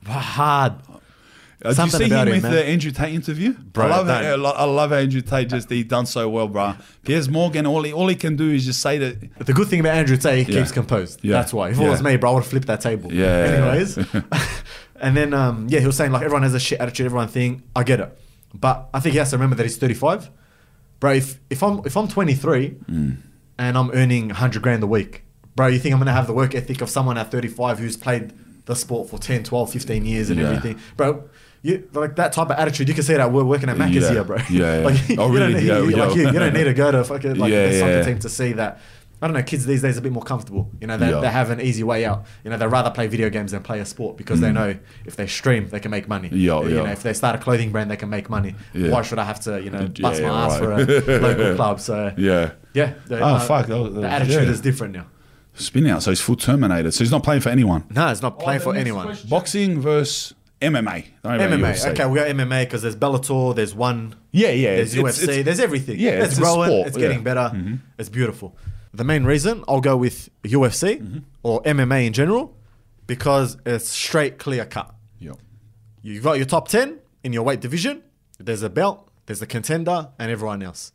Speaker 2: hard.
Speaker 1: Uh, did you
Speaker 2: Something
Speaker 1: see him
Speaker 2: about him,
Speaker 1: with
Speaker 2: man.
Speaker 1: the Andrew Tate interview?
Speaker 2: Bro,
Speaker 1: I love
Speaker 2: that-
Speaker 1: how, I lo- I love how Andrew Tate just he done so well, bro. Piers Morgan, all he all he can do is just say that.
Speaker 2: But the good thing about Andrew Tate, he
Speaker 1: Yeah.
Speaker 2: keeps composed.
Speaker 1: Yeah.
Speaker 2: That's why. If it was
Speaker 1: Yeah.
Speaker 2: me, bro, I would have flipped that table.
Speaker 1: Yeah, yeah, yeah. [LAUGHS]
Speaker 2: Anyways. [LAUGHS] and then, um, yeah, he was saying, like, everyone has a shit attitude, everyone thing. I get it. But I think he has to remember that he's 35. Bro, if, if, I'm, if I'm 23
Speaker 1: Hmm.
Speaker 2: and I'm earning 100 grand a week, bro, you think I'm going to have the work ethic of someone at 35 who's played the sport for 10, 12, 15 years and
Speaker 1: Yeah.
Speaker 2: everything? Bro, you, like that type of attitude, you can see that we're working at Mac
Speaker 1: Yeah.
Speaker 2: here, bro.
Speaker 1: Yeah, yeah.
Speaker 2: [LAUGHS] like,
Speaker 1: Oh,
Speaker 2: you don't
Speaker 1: really?
Speaker 2: need-
Speaker 1: Yeah,
Speaker 2: you- like,
Speaker 1: yeah.
Speaker 2: you, you don't need to go
Speaker 1: [LAUGHS]
Speaker 2: to fucking like
Speaker 1: Yeah,
Speaker 2: the
Speaker 1: yeah,
Speaker 2: soccer
Speaker 1: yeah.
Speaker 2: team to see that. I don't know, kids these days are a bit more comfortable. You know, they,
Speaker 1: Yeah.
Speaker 2: they have an easy way out. You know, they rather play video games than play a sport because they know if they stream, they can make money.
Speaker 1: Mm. Yeah,
Speaker 2: you
Speaker 1: yeah.
Speaker 2: know, if they start a clothing brand, they can make money.
Speaker 1: Yeah.
Speaker 2: Why should I have to, you know,
Speaker 1: Yeah,
Speaker 2: bust
Speaker 1: yeah,
Speaker 2: my ass
Speaker 1: right.
Speaker 2: for a local club? So,
Speaker 1: [LAUGHS] Yeah.
Speaker 2: yeah. the- uh,
Speaker 1: Oh, fuck, that was-
Speaker 2: the
Speaker 1: that-
Speaker 2: attitude
Speaker 1: yeah.
Speaker 2: is different now.
Speaker 1: Spin out. So he's full Terminator. So he's not playing for anyone.
Speaker 2: No, it's not playing for anyone.
Speaker 1: Boxing versus MMA. Don't worry about
Speaker 2: MMA.
Speaker 1: UFC.
Speaker 2: Okay, we got MMA because there's Bellator, there's one.
Speaker 1: Yeah, yeah,
Speaker 2: There's
Speaker 1: it's- it's-
Speaker 2: UFC,
Speaker 1: it's-
Speaker 2: there's everything.
Speaker 1: yeah,
Speaker 2: it's,
Speaker 1: it's a
Speaker 2: growing,
Speaker 1: sport,
Speaker 2: it's getting
Speaker 1: yeah. Mm-hmm.
Speaker 2: better, it's beautiful. The main reason I'll go with UFC
Speaker 1: Mm-hmm.
Speaker 2: or MMA in general because it's straight, clear cut.
Speaker 1: Yeah.
Speaker 2: You've got your top 10 in your weight division, there's a belt, there's the contender, and everyone else.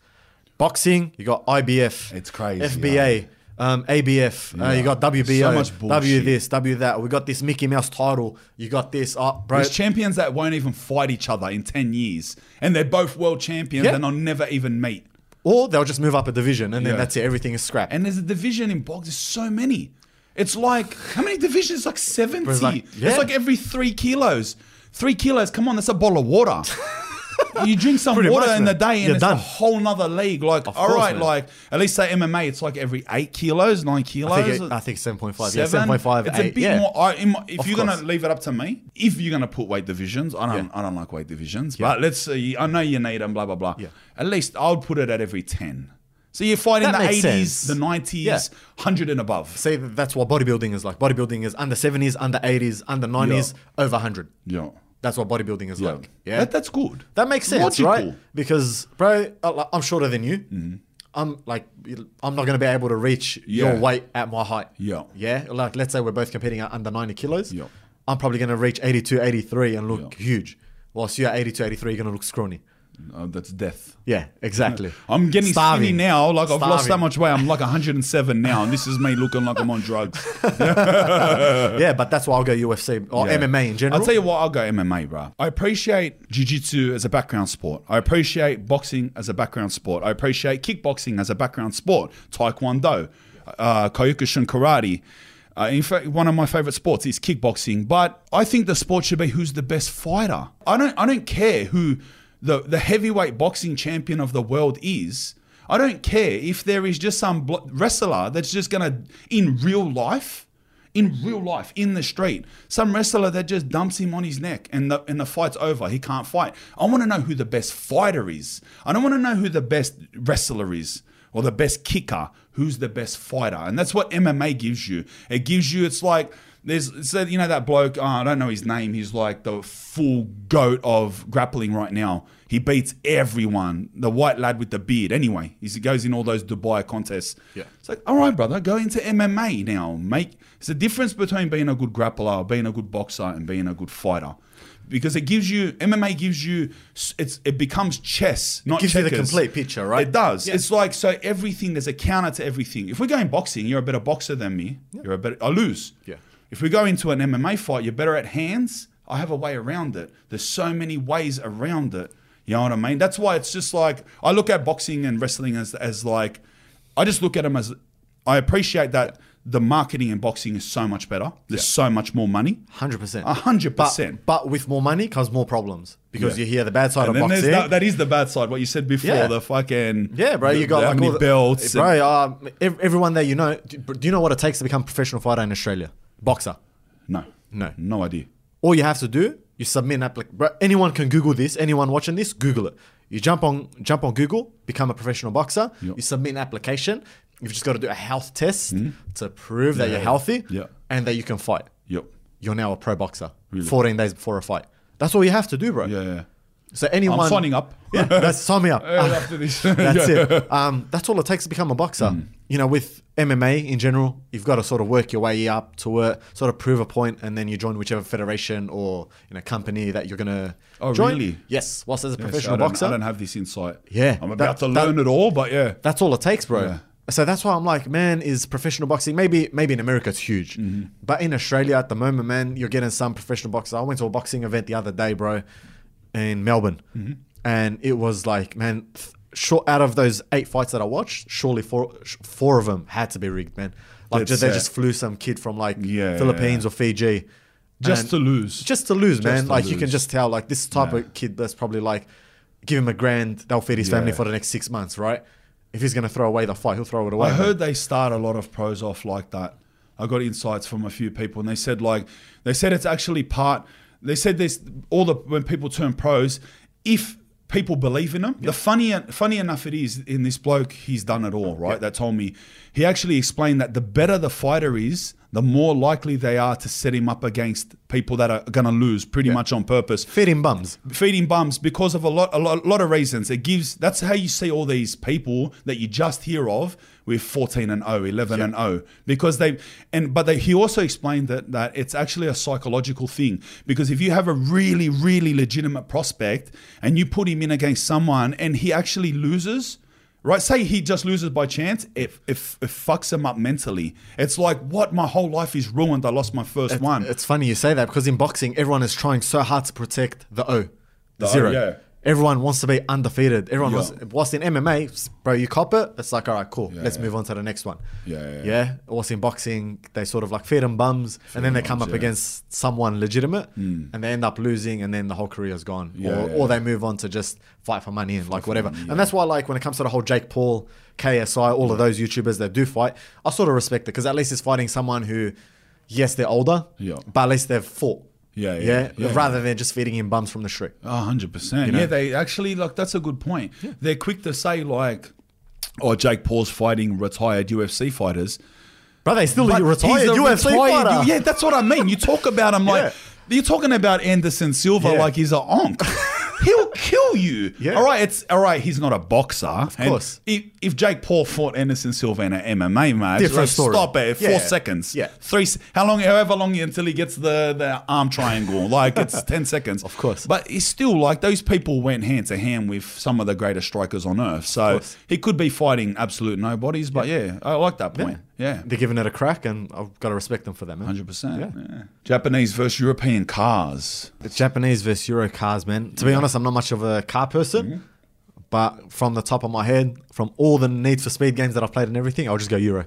Speaker 2: Boxing, you got IBF,
Speaker 1: It's crazy,
Speaker 2: FBA, um, ABF, uh, you got WBO,
Speaker 1: So much
Speaker 2: W
Speaker 1: bullshit.
Speaker 2: this, W that. We got this Mickey Mouse title, you got this, oh, bro.
Speaker 1: There's champions that won't even fight each other in ten years, and they're both world champions,
Speaker 2: Yeah.
Speaker 1: and they'll never even meet.
Speaker 2: Or they'll just move up a division and then
Speaker 1: Yeah.
Speaker 2: that's it. Everything is scrapped.
Speaker 1: And there's a division in box. There's so many. It's like how many divisions? Like seventy.
Speaker 2: It's
Speaker 1: It's
Speaker 2: like-
Speaker 1: like,
Speaker 2: yeah.
Speaker 1: every three kilos. Three kilos. Come on, that's a bottle of
Speaker 2: [LAUGHS]
Speaker 1: water. you drink some
Speaker 2: Pretty
Speaker 1: water
Speaker 2: much,
Speaker 1: in
Speaker 2: man.
Speaker 1: the day, and
Speaker 2: You're
Speaker 1: it's
Speaker 2: done.
Speaker 1: a whole nother league. Like, all right,
Speaker 2: course, man.
Speaker 1: like at least say MMA, it's like every eight kilos, nine kilos.
Speaker 2: I think, it- I think 7.5. Yeah,
Speaker 1: Seven.
Speaker 2: 7.5.
Speaker 1: It's a
Speaker 2: eight,
Speaker 1: bit
Speaker 2: yeah.
Speaker 1: more. I, in my- if
Speaker 2: Of
Speaker 1: you're
Speaker 2: course.
Speaker 1: gonna leave it up to me, if you're gonna put weight divisions, I don't.
Speaker 2: Yeah.
Speaker 1: I don't like weight divisions. But let's see. I know you need them. Blah blah blah.
Speaker 2: Yeah.
Speaker 1: At least I would put it at every ten. So you fight in
Speaker 2: That
Speaker 1: the
Speaker 2: makes
Speaker 1: eighties,
Speaker 2: sense.
Speaker 1: the nineties,
Speaker 2: Yeah.
Speaker 1: hundred and above.
Speaker 2: Say that that's what bodybuilding is like. Bodybuilding is under 70s, under 80s, under 90s, over 100.
Speaker 1: Yeah.
Speaker 2: That's what bodybuilding is like. Yeah.
Speaker 1: That, that's good.
Speaker 2: That makes sense,
Speaker 1: Logical. Mm-hmm.
Speaker 2: right? Because, bro, I- like, I'm shorter than you. I'm like, I'm not going to be able to reach your
Speaker 1: Yeah.
Speaker 2: weight at my height.
Speaker 1: Yeah.
Speaker 2: Yeah. Like, let's say we're both competing at under 90 kilos.
Speaker 1: Yeah.
Speaker 2: I'm probably going to reach 82, 83 and look
Speaker 1: Yeah.
Speaker 2: huge. Whilst you're 82, 83, you're going to look scrawny.
Speaker 1: Uh, that's death.
Speaker 2: Yeah, exactly.
Speaker 1: [LAUGHS] I'm getting
Speaker 2: Starving.
Speaker 1: skinny now. Like I've lost
Speaker 2: Starving.
Speaker 1: that much weight. I'm like 107 now, and this is me looking like I'm on drugs.
Speaker 2: yeah, but that's why I'll go UFC or
Speaker 1: Yeah.
Speaker 2: MMA in general.
Speaker 1: I'll tell you what, I'll go MMA, bro. I appreciate jiu-jitsu as a background sport. I appreciate boxing as a background sport. I appreciate kickboxing as a background sport. Taekwondo, uh, Kyokushin karate. Uh, in fact, one of my favorite sports is kickboxing. But I think the sport should be who's the best fighter. I don't. I don't care who the the heavyweight boxing champion of the world is. I don't care if there is just some blo- wrestler that's just gonna in real life in real life, in the street, some wrestler that just dumps him on his neck and the and the fight's over. He can't fight. I want to know who the best fighter is. I don't want to know who the best wrestler is or the best kicker. Who's the best fighter? And that's what MMA gives you. It gives you. It's like there's so you know that bloke. Uh, I don't know his name. He's like the full goat of grappling right now. He beats everyone. The white lad with the beard. Anyway, he's- he goes in all those Dubai contests.
Speaker 2: Yeah.
Speaker 1: It's like, all right, brother, go into MMA now. Make it's the difference between being a good grappler, being a good boxer, and being a good fighter, because it gives you MMA gives you it's it becomes chess, not
Speaker 2: gives you the
Speaker 1: checkers.
Speaker 2: complete picture, right?
Speaker 1: It does.
Speaker 2: Yeah.
Speaker 1: It's like so everything. There's a counter to everything. If we're going boxing, you're a better boxer than me. You're a better. I lose.
Speaker 2: Yeah.
Speaker 1: If we go into an MMA fight, you're better at hands. I have a way around it. There's so many ways around it. You know what I mean? That's why it's just like I look at boxing and wrestling as as like I just look at them as I appreciate that the marketing in boxing is so much better. There's so much more money.
Speaker 2: 100%.
Speaker 1: A hundred
Speaker 2: But-
Speaker 1: percent.
Speaker 2: But with more money comes more problems because
Speaker 1: Yeah.
Speaker 2: you hear the bad side
Speaker 1: And
Speaker 2: of
Speaker 1: then there's
Speaker 2: boxing.
Speaker 1: that, that is the bad side. What you said before,
Speaker 2: Yeah.
Speaker 1: the fucking
Speaker 2: yeah, bro,
Speaker 1: the-
Speaker 2: you got
Speaker 1: the- how
Speaker 2: like
Speaker 1: many
Speaker 2: all the,
Speaker 1: belts, and-
Speaker 2: bro. Um, ev- everyone there, you know, do, do you know what it takes to become a professional fighter in Australia? Boxer.
Speaker 1: no,
Speaker 2: No.
Speaker 1: no idea.
Speaker 2: All you have to do, you submit an application. Bro, anyone can Google this. Anyone watching this, Google it. You jump on, jump on Google, become a professional boxer.
Speaker 1: Yep. Hmm.
Speaker 2: You submit an application. You've just got to do a health test to prove that you're healthy
Speaker 1: Yeah.
Speaker 2: and that you can fight.
Speaker 1: Yep.
Speaker 2: You're now a pro boxer.
Speaker 1: Really?
Speaker 2: 14 days before a fight. That's all you have to do, bro.
Speaker 1: Yeah, yeah.
Speaker 2: So anyone,
Speaker 1: signing up. [LAUGHS]
Speaker 2: Yeah, that's sign me up.
Speaker 1: after this.
Speaker 2: [LAUGHS]
Speaker 1: [LAUGHS]
Speaker 2: that's
Speaker 1: Yeah. Hmm.
Speaker 2: it. Um, that's all it takes to become a boxer. You know, with MMA in general, you've got to sort of work your way up to it, sort of prove a point, and then you join whichever federation or you know company that you're gonna.
Speaker 1: Oh,
Speaker 2: join.
Speaker 1: really?
Speaker 2: Yes. Whilst as a
Speaker 1: Yes,
Speaker 2: professional
Speaker 1: I don't-
Speaker 2: boxer,
Speaker 1: I don't have this insight.
Speaker 2: Yeah,
Speaker 1: I'm
Speaker 2: that-
Speaker 1: about to
Speaker 2: that-
Speaker 1: learn it all, but yeah.
Speaker 2: that's all it takes, bro.
Speaker 1: Yeah.
Speaker 2: So that's why I'm like, man, is professional boxing maybe maybe in America it's huge,
Speaker 1: Mm-hmm.
Speaker 2: but in Australia at the moment, man, you're getting some professional boxers. I went to a boxing event the other day, bro, in Melbourne,
Speaker 1: Mm-hmm.
Speaker 2: and it was like, man, th- short out of those eight fights that I watched, surely four sh- four of them had to be rigged, man. Like
Speaker 1: That's
Speaker 2: they
Speaker 1: it.
Speaker 2: just flew some kid from like
Speaker 1: Yeah,
Speaker 2: Philippines or Fiji,
Speaker 1: Just
Speaker 2: And-
Speaker 1: to lose.
Speaker 2: just to lose, man.
Speaker 1: to
Speaker 2: like you can
Speaker 1: lose.
Speaker 2: just tell, like this type
Speaker 1: Yeah.
Speaker 2: of kid that's probably like, give him a grand, they'll feed his family
Speaker 1: Yeah.
Speaker 2: for the next six months, right? If he's gonna throw away the fight, he'll throw it away.
Speaker 1: I heard they start a lot of pros off like that. I got insights from a few people, and they said like they said it's actually part. They said this all the when people turn pros, if people believe in them. The funny funny enough it is in this bloke, he's done it all right. That told me he actually explained that the better the fighter is, the more likely they are to set him up against people that are going to lose pretty much on purpose
Speaker 2: feed him bums.
Speaker 1: feeding bums because of a lot, a lot, a lot of reasons. It gives that's how you see all these people that you just hear of with 14 and 0, 11 and 0 because they and but they, he also explained that that it's actually a psychological thing because if you have a really really legitimate prospect and you put him in against someone and he actually loses. Right, say he just loses by chance, it, it, it fucks him up mentally. It's like, what? My whole life is ruined. I lost my first one.
Speaker 2: It's funny you say that because in boxing, everyone is trying so hard to protect the O, the
Speaker 1: O,
Speaker 2: zero.
Speaker 1: yeah.
Speaker 2: Everyone wants to be undefeated. Everyone
Speaker 1: Yeah.
Speaker 2: wants. Whilst in MMA, bro, you cop it. It's like, all right, cool. let's
Speaker 1: yeah.
Speaker 2: move on to the next one.
Speaker 1: Yeah, yeah, yeah.
Speaker 2: Whilst in boxing, they sort of like feed them bums, and then they
Speaker 1: them
Speaker 2: come
Speaker 1: bums,
Speaker 2: up
Speaker 1: yeah. Hmm.
Speaker 2: against someone legitimate, and they end up losing, and then the whole career's gone,
Speaker 1: Yeah,
Speaker 2: or,
Speaker 1: yeah,
Speaker 2: or
Speaker 1: yeah.
Speaker 2: they move on to just fight for money and like whatever. And that's why, like, when it comes to the whole Jake Paul, KSI, all of those YouTubers that do fight, I sort of respect it because at least it's fighting someone who, yes, they're older,
Speaker 1: Yeah.
Speaker 2: but at least they've fought.
Speaker 1: Yeah, yeah, yeah.
Speaker 2: Rather than just feeding him bums from the street.
Speaker 1: A hundred percent. Yeah, they actually like that's a good point. They're quick to say like, "Oh, Jake Paul's fighting retired UFC fighters."
Speaker 2: Bro, they still
Speaker 1: But
Speaker 2: retired
Speaker 1: he's a
Speaker 2: UFC
Speaker 1: retired-
Speaker 2: fighter.
Speaker 1: Yeah, that's what I mean. You talk about him like you're talking about Anderson Silva
Speaker 2: Yeah.
Speaker 1: like he's a onk. He'll kill you.
Speaker 2: [LAUGHS] Yeah.
Speaker 1: All right. It's all right. He's not a boxer. Of
Speaker 2: course.
Speaker 1: If, if Jake Paul fought Anderson Silva in an MMA match,
Speaker 2: Different
Speaker 1: like,
Speaker 2: story.
Speaker 1: Stop it. Four
Speaker 2: Yeah.
Speaker 1: seconds.
Speaker 2: Yeah.
Speaker 1: Three. s- How long? However long until he gets the the arm triangle. [LAUGHS] like it's ten seconds. Of
Speaker 2: course.
Speaker 1: But it's still like those people went hand to hand with some of the greatest strikers on earth. So
Speaker 2: course.
Speaker 1: he could be fighting absolute nobodies. But yeah, I like that point. yeah.
Speaker 2: They're giving it a crack, and I've got to respect them for that, man.
Speaker 1: Hundred percent. Yeah. Japanese versus European cars.
Speaker 2: It's Japanese versus Euro cars, man. To be honest, I'm not much of a car person,
Speaker 1: Mm-hmm.
Speaker 2: but from the top of my head, from all the Need for Speed games that I've played and everything, I'll just go Euro.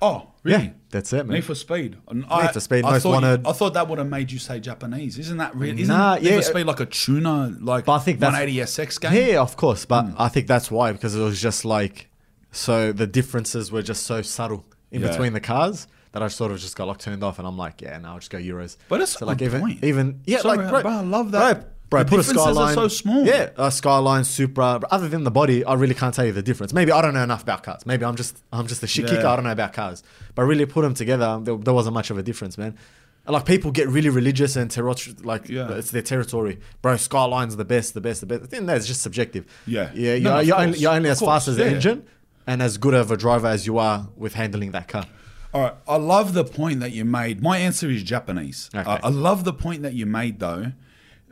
Speaker 1: Oh, really?
Speaker 2: Yeah, that's it, man.
Speaker 1: Need for Speed. Need I,
Speaker 2: for Speed,
Speaker 1: I
Speaker 2: Most
Speaker 1: thought you-
Speaker 2: Wanted.
Speaker 1: I thought that would have made you say Japanese. Isn't that really? Isn't
Speaker 2: Nah,
Speaker 1: Need
Speaker 2: yeah.
Speaker 1: for Speed like a tuna, like
Speaker 2: But I think that's
Speaker 1: 180 SX game?
Speaker 2: Yeah, of course, but
Speaker 1: Hmm.
Speaker 2: I think that's why because it was just like so the differences were just so subtle in
Speaker 1: Yeah.
Speaker 2: between the cars that I sort of just got like turned off, and I'm like, yeah, now I'll just go euros.
Speaker 1: But it's a
Speaker 2: so like
Speaker 1: good
Speaker 2: even
Speaker 1: point.
Speaker 2: even yeah,
Speaker 1: Sorry,
Speaker 2: like bro,
Speaker 1: bro, I love that.
Speaker 2: Bro,
Speaker 1: The
Speaker 2: put a
Speaker 1: differences are
Speaker 2: skyline.
Speaker 1: so small.
Speaker 2: Yeah, a skyline, Supra. But other than the body, I really can't tell you the difference. Maybe I don't know enough about cars. Maybe I'm just I'm just a shit
Speaker 1: Yeah.
Speaker 2: kicker. I don't know about cars. But really, put them together, there, there wasn't much of a difference, man. And, Like people get really religious and terror- like
Speaker 1: Yeah.
Speaker 2: it's their territory, bro. Skyline's the best, the best, the best. At the end, of the day, it's just subjective.
Speaker 1: Yeah.
Speaker 2: yeah. You're,
Speaker 1: No, of
Speaker 2: you're, only,
Speaker 1: course.
Speaker 2: you're only
Speaker 1: Of
Speaker 2: as fast
Speaker 1: course,
Speaker 2: as the
Speaker 1: yeah, yeah.
Speaker 2: engine and as good of a driver as you are with handling that car.
Speaker 1: All right. I love the point that you made. My answer is Japanese.
Speaker 2: Okay.
Speaker 1: I, I love the point that you made though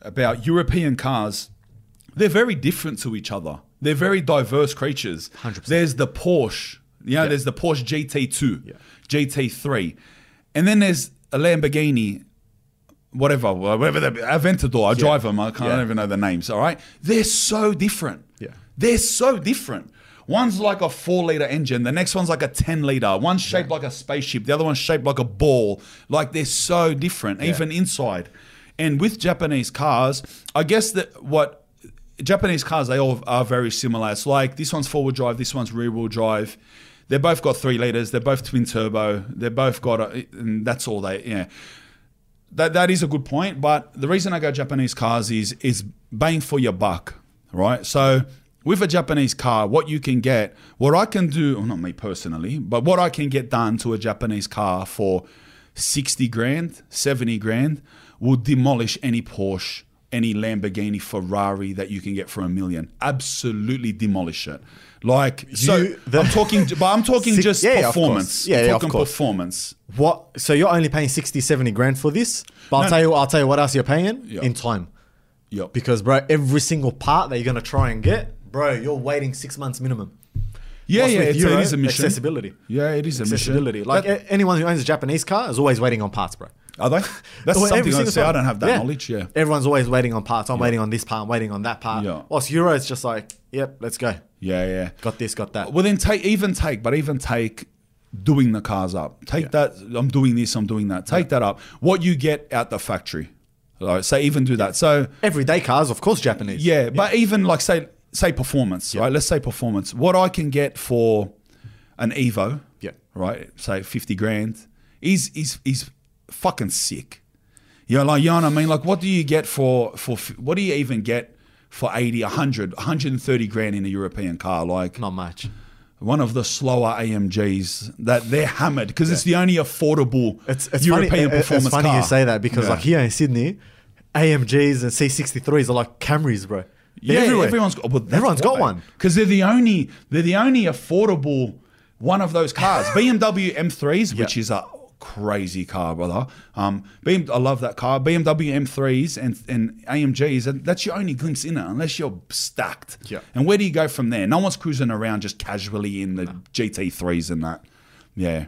Speaker 1: about European cars. They're very different to each other. They're very diverse creatures.
Speaker 2: 100%.
Speaker 1: There's the Porsche. You know, there's the Porsche GT2,
Speaker 2: Yeah.
Speaker 1: GT3, and then there's a Lamborghini whatever, whatever the Aventador. I drive them. I can't I
Speaker 2: Yeah.
Speaker 1: don't even know the names. All right, they're so different.
Speaker 2: Yeah.
Speaker 1: they're so different. One's like a four liter engine, the next one's like a 10 liter. One's shaped like a spaceship, the other one's shaped like a ball. Like they're so different, even inside. And with Japanese cars, I guess that what Japanese cars, they all are very similar. It's like this one's four wheel drive, this one's rear wheel drive. They both got three liters. They're both twin turbo. They both got, a, and that's all they, yeah that that is a good point. But the reason I go Japanese cars is is bang for your buck, right? So with a Japanese car, what you can get, what I can do, well, not me personally, but what I can get done to a Japanese car for sixty grand, seventy grand, will demolish any Porsche, any Lamborghini, Ferrari that you can get for a million. Absolutely demolish it. Like so,
Speaker 2: You- the-
Speaker 1: I'm talking, but I'm
Speaker 2: [LAUGHS]
Speaker 1: talking
Speaker 2: Si-
Speaker 1: just
Speaker 2: yeah, yeah, of course.
Speaker 1: performance.
Speaker 2: Yeah, yeah, of
Speaker 1: talking
Speaker 2: course.
Speaker 1: performance.
Speaker 2: What? So you're only paying 60, 70 grand for this? But I'll
Speaker 1: No.
Speaker 2: tell you, I'll tell you what else you're paying
Speaker 1: Yeah.
Speaker 2: in time,
Speaker 1: Yep.
Speaker 2: because bro, every single part that you're gonna try and get, bro, you're waiting six months minimum.
Speaker 1: Yeah,
Speaker 2: What's
Speaker 1: yeah,
Speaker 2: with
Speaker 1: it's,
Speaker 2: Euro?
Speaker 1: it is a mission.
Speaker 2: Accessibility.
Speaker 1: Yeah, it is a
Speaker 2: Accessibility.
Speaker 1: mission.
Speaker 2: Like
Speaker 1: That-
Speaker 2: a- anyone who owns a Japanese car is always waiting on parts, bro.
Speaker 1: are
Speaker 2: [LAUGHS]
Speaker 1: they? That's
Speaker 2: Well,
Speaker 1: something
Speaker 2: every
Speaker 1: I
Speaker 2: single
Speaker 1: say. I
Speaker 2: time.
Speaker 1: don't have that knowledge. Yeah,
Speaker 2: Everyone's always waiting on parts. I'm waiting on this part. I'm waiting on that part.
Speaker 1: Yeah.
Speaker 2: Whilst Euro is just like, yep, let's go.
Speaker 1: yeah, yeah.
Speaker 2: Got this, got that.
Speaker 1: Well, then take even take, but even take doing the cars up. Take that. I'm doing this. I'm doing that. Take that up. What you get at the factory. Like, say even do that. So
Speaker 2: Everyday cars, of course, Japanese.
Speaker 1: yeah, but even like say say performance, right? Let's say performance. What I can get for an Evo,
Speaker 2: Yeah.
Speaker 1: right? Say fifty grand is is is fucking sick. You know, like you know what I mean? Like, what do you get for for f- what do you even get for 80, 100, 130 grand in a European car? Like,
Speaker 2: Not much.
Speaker 1: one of the slower AMGs that they're hammered because it's the only affordable
Speaker 2: It's, it's
Speaker 1: European
Speaker 2: funny, it- it's
Speaker 1: performance
Speaker 2: funny
Speaker 1: car.
Speaker 2: you say that because
Speaker 1: Yeah.
Speaker 2: like here in Sydney, AMGs and C63s are like Camrys, bro. They're
Speaker 1: yeah,
Speaker 2: everywhere.
Speaker 1: everyone's got, well,
Speaker 2: Everyone's got one.
Speaker 1: because they're the only they're the only affordable one of those
Speaker 2: [LAUGHS]
Speaker 1: cars. BMW M3s, which is a crazy car, brother. Um, BM, I love that car. BMW M3s and and AMGs, and that's your only glimpse in it, unless you're stacked.
Speaker 2: Yeah.
Speaker 1: And where do you go from there? No one's cruising around just casually in the GT3s and that. Yeah.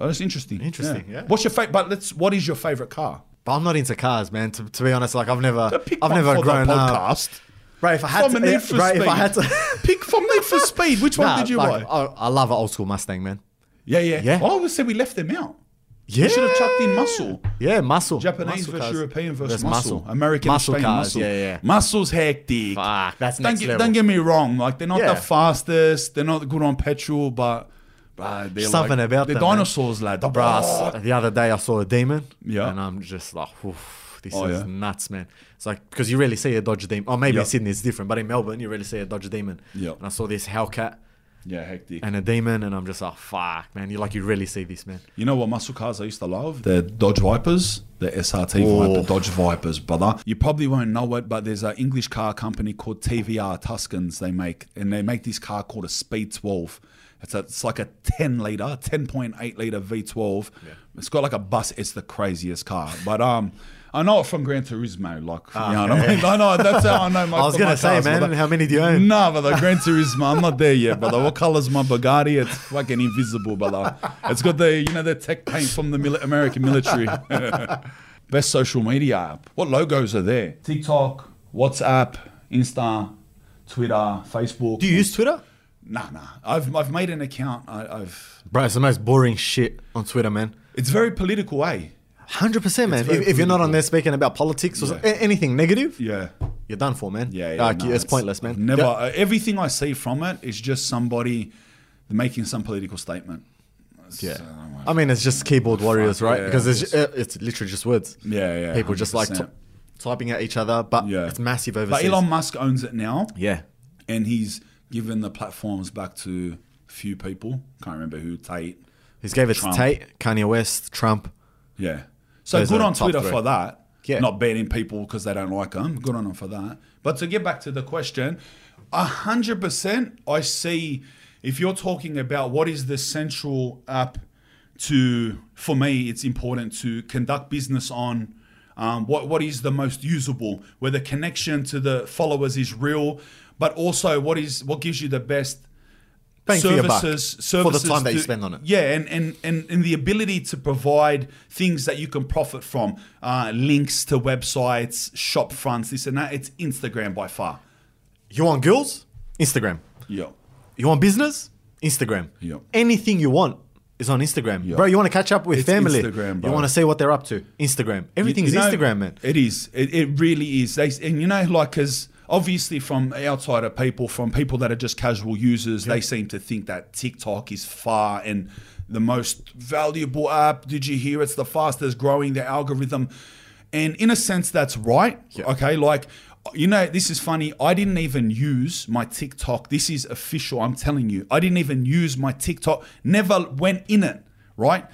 Speaker 1: Oh, that's interesting.
Speaker 2: Interesting, yeah.
Speaker 1: What's your favorite? But let's. What is your favorite car?
Speaker 2: But I'm not into cars, man. To, to be honest, like I've never,
Speaker 1: Pick
Speaker 2: I've
Speaker 1: one
Speaker 2: never
Speaker 1: for the
Speaker 2: grown up.
Speaker 1: podcast.
Speaker 2: Right, if I had
Speaker 1: from
Speaker 2: to,
Speaker 1: a
Speaker 2: yeah,
Speaker 1: Need for
Speaker 2: eh, right,
Speaker 1: Speed.
Speaker 2: if I had to,
Speaker 1: [LAUGHS] pick from Need for Speed. Which
Speaker 2: [LAUGHS] Nah,
Speaker 1: one did you
Speaker 2: like,
Speaker 1: buy?
Speaker 2: I, I love an old school Mustang, man.
Speaker 1: Yeah, yeah.
Speaker 2: Yeah.
Speaker 1: Oh, we said we left them out.
Speaker 2: Yeah.
Speaker 1: We should have chucked in muscle.
Speaker 2: Yeah, muscle.
Speaker 1: Japanese
Speaker 2: Muscle
Speaker 1: versus
Speaker 2: cars.
Speaker 1: European versus
Speaker 2: There's
Speaker 1: muscle. American
Speaker 2: muscle
Speaker 1: Australian
Speaker 2: cars.
Speaker 1: muscle.
Speaker 2: Yeah, yeah.
Speaker 1: Muscle's hectic.
Speaker 2: Fuck, that's
Speaker 1: don't
Speaker 2: next
Speaker 1: get,
Speaker 2: level.
Speaker 1: Don't get me wrong. Like they're not
Speaker 2: Yeah.
Speaker 1: the fastest. They're not good on petrol, but. bruh, they're
Speaker 2: Something
Speaker 1: like,
Speaker 2: about
Speaker 1: they're
Speaker 2: them, man.
Speaker 1: dinosaurs, lad. They're
Speaker 2: Bro, I s- the other day I saw a demon.
Speaker 1: Oh. Yeah.
Speaker 2: And I'm just like, Oof, this
Speaker 1: Oh,
Speaker 2: is
Speaker 1: yeah.
Speaker 2: nuts, man. It's like, because you rarely see a Dodge Demon. Or maybe
Speaker 1: Yeah.
Speaker 2: in Sydney it's different, but in Melbourne you rarely see a Dodge Demon.
Speaker 1: Yeah.
Speaker 2: And I saw this Hellcat
Speaker 1: Yeah, hectic.
Speaker 2: and a demon, and I'm just like, fuck, man. You like, you rarely see this, man.
Speaker 1: You know what muscle cars I used to love? The Dodge Vipers, the SRT
Speaker 2: Oh.
Speaker 1: Viper, Dodge Vipers, brother. You probably won't know it, but there's an English car company called TVR Tuscans they make, and they make this car called a Speed 12. It's, a, it's like a 10 liter, 10.8 liter V12. It's got like a bus. It's the craziest car, but um. I know it from Gran Turismo, like you know what I mean. I know that's how I know my.
Speaker 2: I was
Speaker 1: my
Speaker 2: gonna say,
Speaker 1: cars,
Speaker 2: man,
Speaker 1: brother.
Speaker 2: how many do you own?
Speaker 1: Nah, brother, Gran Turismo. I'm not there yet, brother. What color's my Bugatti? It's fucking invisible, brother. It's got the you know the tech paint from the mili- American military. [LAUGHS] Best social media app. What logos are there? TikTok, WhatsApp, Insta, Twitter, Facebook.
Speaker 2: Do you use Twitter?
Speaker 1: Nah, nah. I've I've made an account. I, I've.
Speaker 2: Bro, it's the most boring shit on Twitter, man.
Speaker 1: It's very political, eh?
Speaker 2: Hundred percent, man.
Speaker 1: very
Speaker 2: If, if you're not on
Speaker 1: political.
Speaker 2: there speaking about politics or
Speaker 1: Yeah.
Speaker 2: a- anything negative,
Speaker 1: Yeah.
Speaker 2: you're done for, man.
Speaker 1: Yeah, yeah
Speaker 2: like,
Speaker 1: nah,
Speaker 2: it's pointless, man.
Speaker 1: Never.
Speaker 2: Yeah.
Speaker 1: uh, Everything I see from it is just somebody making some political statement. It's,
Speaker 2: Yeah.
Speaker 1: uh,
Speaker 2: I mean, it's just keyboard warriors, right?
Speaker 1: yeah,
Speaker 2: because it's, uh, it's literally just words.
Speaker 1: Yeah, yeah,
Speaker 2: People just like
Speaker 1: 100%.
Speaker 2: t- typing at each other, but
Speaker 1: Yeah.
Speaker 2: it's massive
Speaker 1: But
Speaker 2: overseas.
Speaker 1: Elon Musk owns it now.
Speaker 2: yeah.
Speaker 1: and he's given the platforms back to few people. Can't remember who Tate.
Speaker 2: He's gave it
Speaker 1: Trump.
Speaker 2: to Tate, Kanye West, Trump.
Speaker 1: Yeah. So
Speaker 2: Those
Speaker 1: good
Speaker 2: are
Speaker 1: on
Speaker 2: top
Speaker 1: Twitter
Speaker 2: three.
Speaker 1: for that.
Speaker 2: Yeah.
Speaker 1: Not banning people because they don't like them. Good on them for that. But to get back to the question, hundred percent, I see. If you're talking about what is the central app to, for me, it's important to conduct business on. Um, what what is the most usable? Where the connection to the followers is real, but also what is what gives you the best
Speaker 2: Bang for your buck.
Speaker 1: services,
Speaker 2: For the
Speaker 1: services
Speaker 2: time that you
Speaker 1: to-
Speaker 2: spend on it.
Speaker 1: yeah, and, and, and, and the ability to provide things that you can profit from uh, links to websites, shop fronts, this and that. It's Instagram by far.
Speaker 2: You want girls? Instagram.
Speaker 1: Yeah.
Speaker 2: You want business? Instagram.
Speaker 1: Yeah.
Speaker 2: Anything you want is on Instagram. Bro, you want to catch up with
Speaker 1: It's
Speaker 2: family?
Speaker 1: Instagram, bro.
Speaker 2: You want to see what they're up to? Instagram. Everything's
Speaker 1: You know,
Speaker 2: Instagram, man.
Speaker 1: It is. It, it really is. They, and you know, like, because obviously from outsider people, from people that are just casual users, they seem to think that TikTok is far and the most valuable app. Did you hear? It's the fastest growing, the algorithm. And in a sense, that's right. Okay. Like, you know, this is funny. I didn't even use my TikTok. This is official. I'm telling you. I didn't even use my TikTok. Never went in it. Right